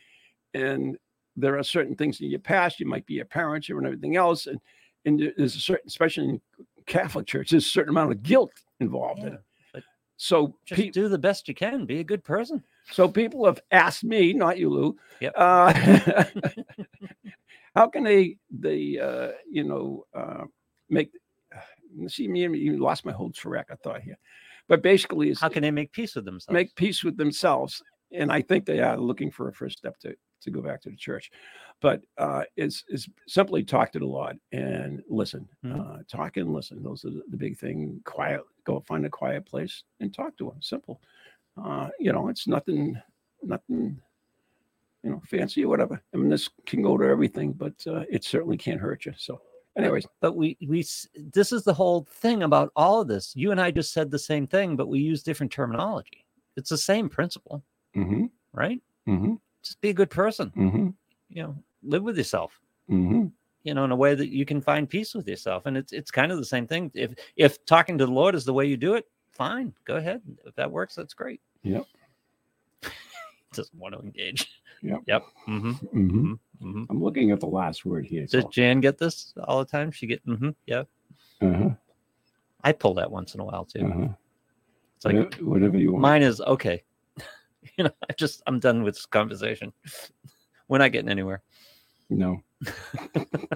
and there are certain things in your past. You might be a parent, you're and everything else, and and there- there's a certain, especially in Catholic church, there's a certain amount of guilt involved in
Yeah,
it.
but
So
just
pe-
do the best you can, be a good person.
so people have asked me, not you, Lou.
Yep.
Uh, how can they they uh, you know uh, make see me you lost my whole track of thought here, but basically it's
How can they make peace with themselves?
make peace with themselves, and I think they are looking for a first step to to go back to the church, but uh, it's is simply talk to the Lord and listen,
Mhm.
uh, talk and listen. Those are the, the big thing. Quiet, go find a quiet place and talk to him. Simple uh, you know, it's nothing, nothing, you know, fancy or whatever. I mean, this can go to everything, but uh, it certainly can't hurt you. So, anyways,
but we we s- this is the whole thing about all of this you and i just said the same thing but we use different terminology it's the same principle
mm-hmm,
right
mm-hmm,
just be a good person
mm-hmm,
you know live with yourself
mm-hmm.
you know in a way that you can find peace with yourself and it's it's kind of the same thing if if talking to the lord is the way you do it fine go ahead if that works that's great
Yep.
doesn't want to engage
Yep.
yep mm-hmm,
mm-hmm.
mm-hmm.
I'm looking at the last word here.
does jan get this all the time she get mm-hmm yeah
uh-huh,
i pull that once in a while too
uh-huh.
it's like
Whatever- whatever you want.
mine is okay you know i just i'm done with this conversation we're not getting anywhere
no.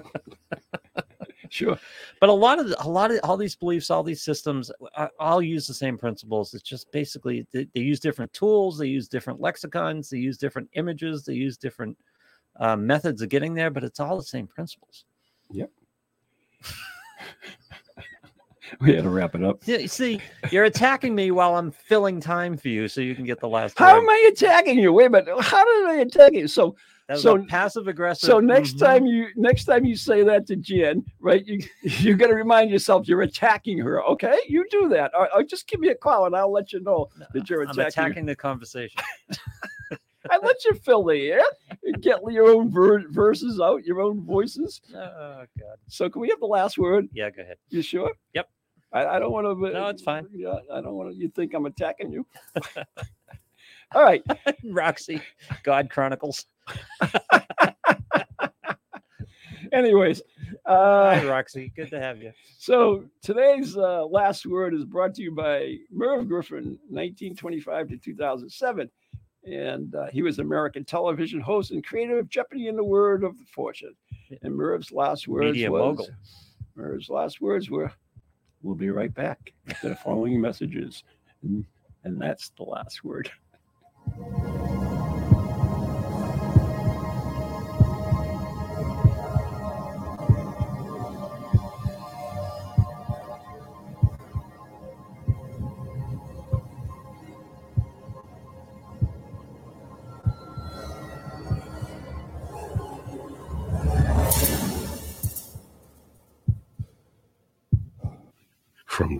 sure.
but a lot of the- a lot of all these beliefs all these systems a- all use the same principles it's just basically they, they use different tools they use different lexicons they use different images they use different uh, methods of getting there but it's all the same principles
We had to wrap it up.
Yeah, you see you're attacking me while i'm filling time for you so you can get the last
How
word.
am I attacking you? Wait a minute. How did I attack you? So,
that was
so-
passive aggressive
So next
"Mm-hmm."
time you next time you say that to Jen, right? You you got to remind yourself you're attacking her. Okay, you do that. Or, or just give me a call and I'll let you know that you're
i'm
attacking. her.
attacking the conversation
I let you fill the air and get your own ver- verses out, your own voices.
oh god
So can we have the last word?
yeah go ahead
You sure?
Yep.
I, I don't want to.
No, it's fine.
Yeah, I don't want to. You think I'm attacking you? All right.
Roxy, God Chronicles.
Anyways, uh,
Hi, Roxy. Good to have you.
so today's uh, last word is brought to you by Merv Griffin, 1925 to 2007. And uh, he was American television host and creator of Jeopardy and the Word of the Fortune. And Merv's last words
Media
was,
mogul.
Merv's last words were, "We'll be right back." after The following messages, and and that's the last word.
From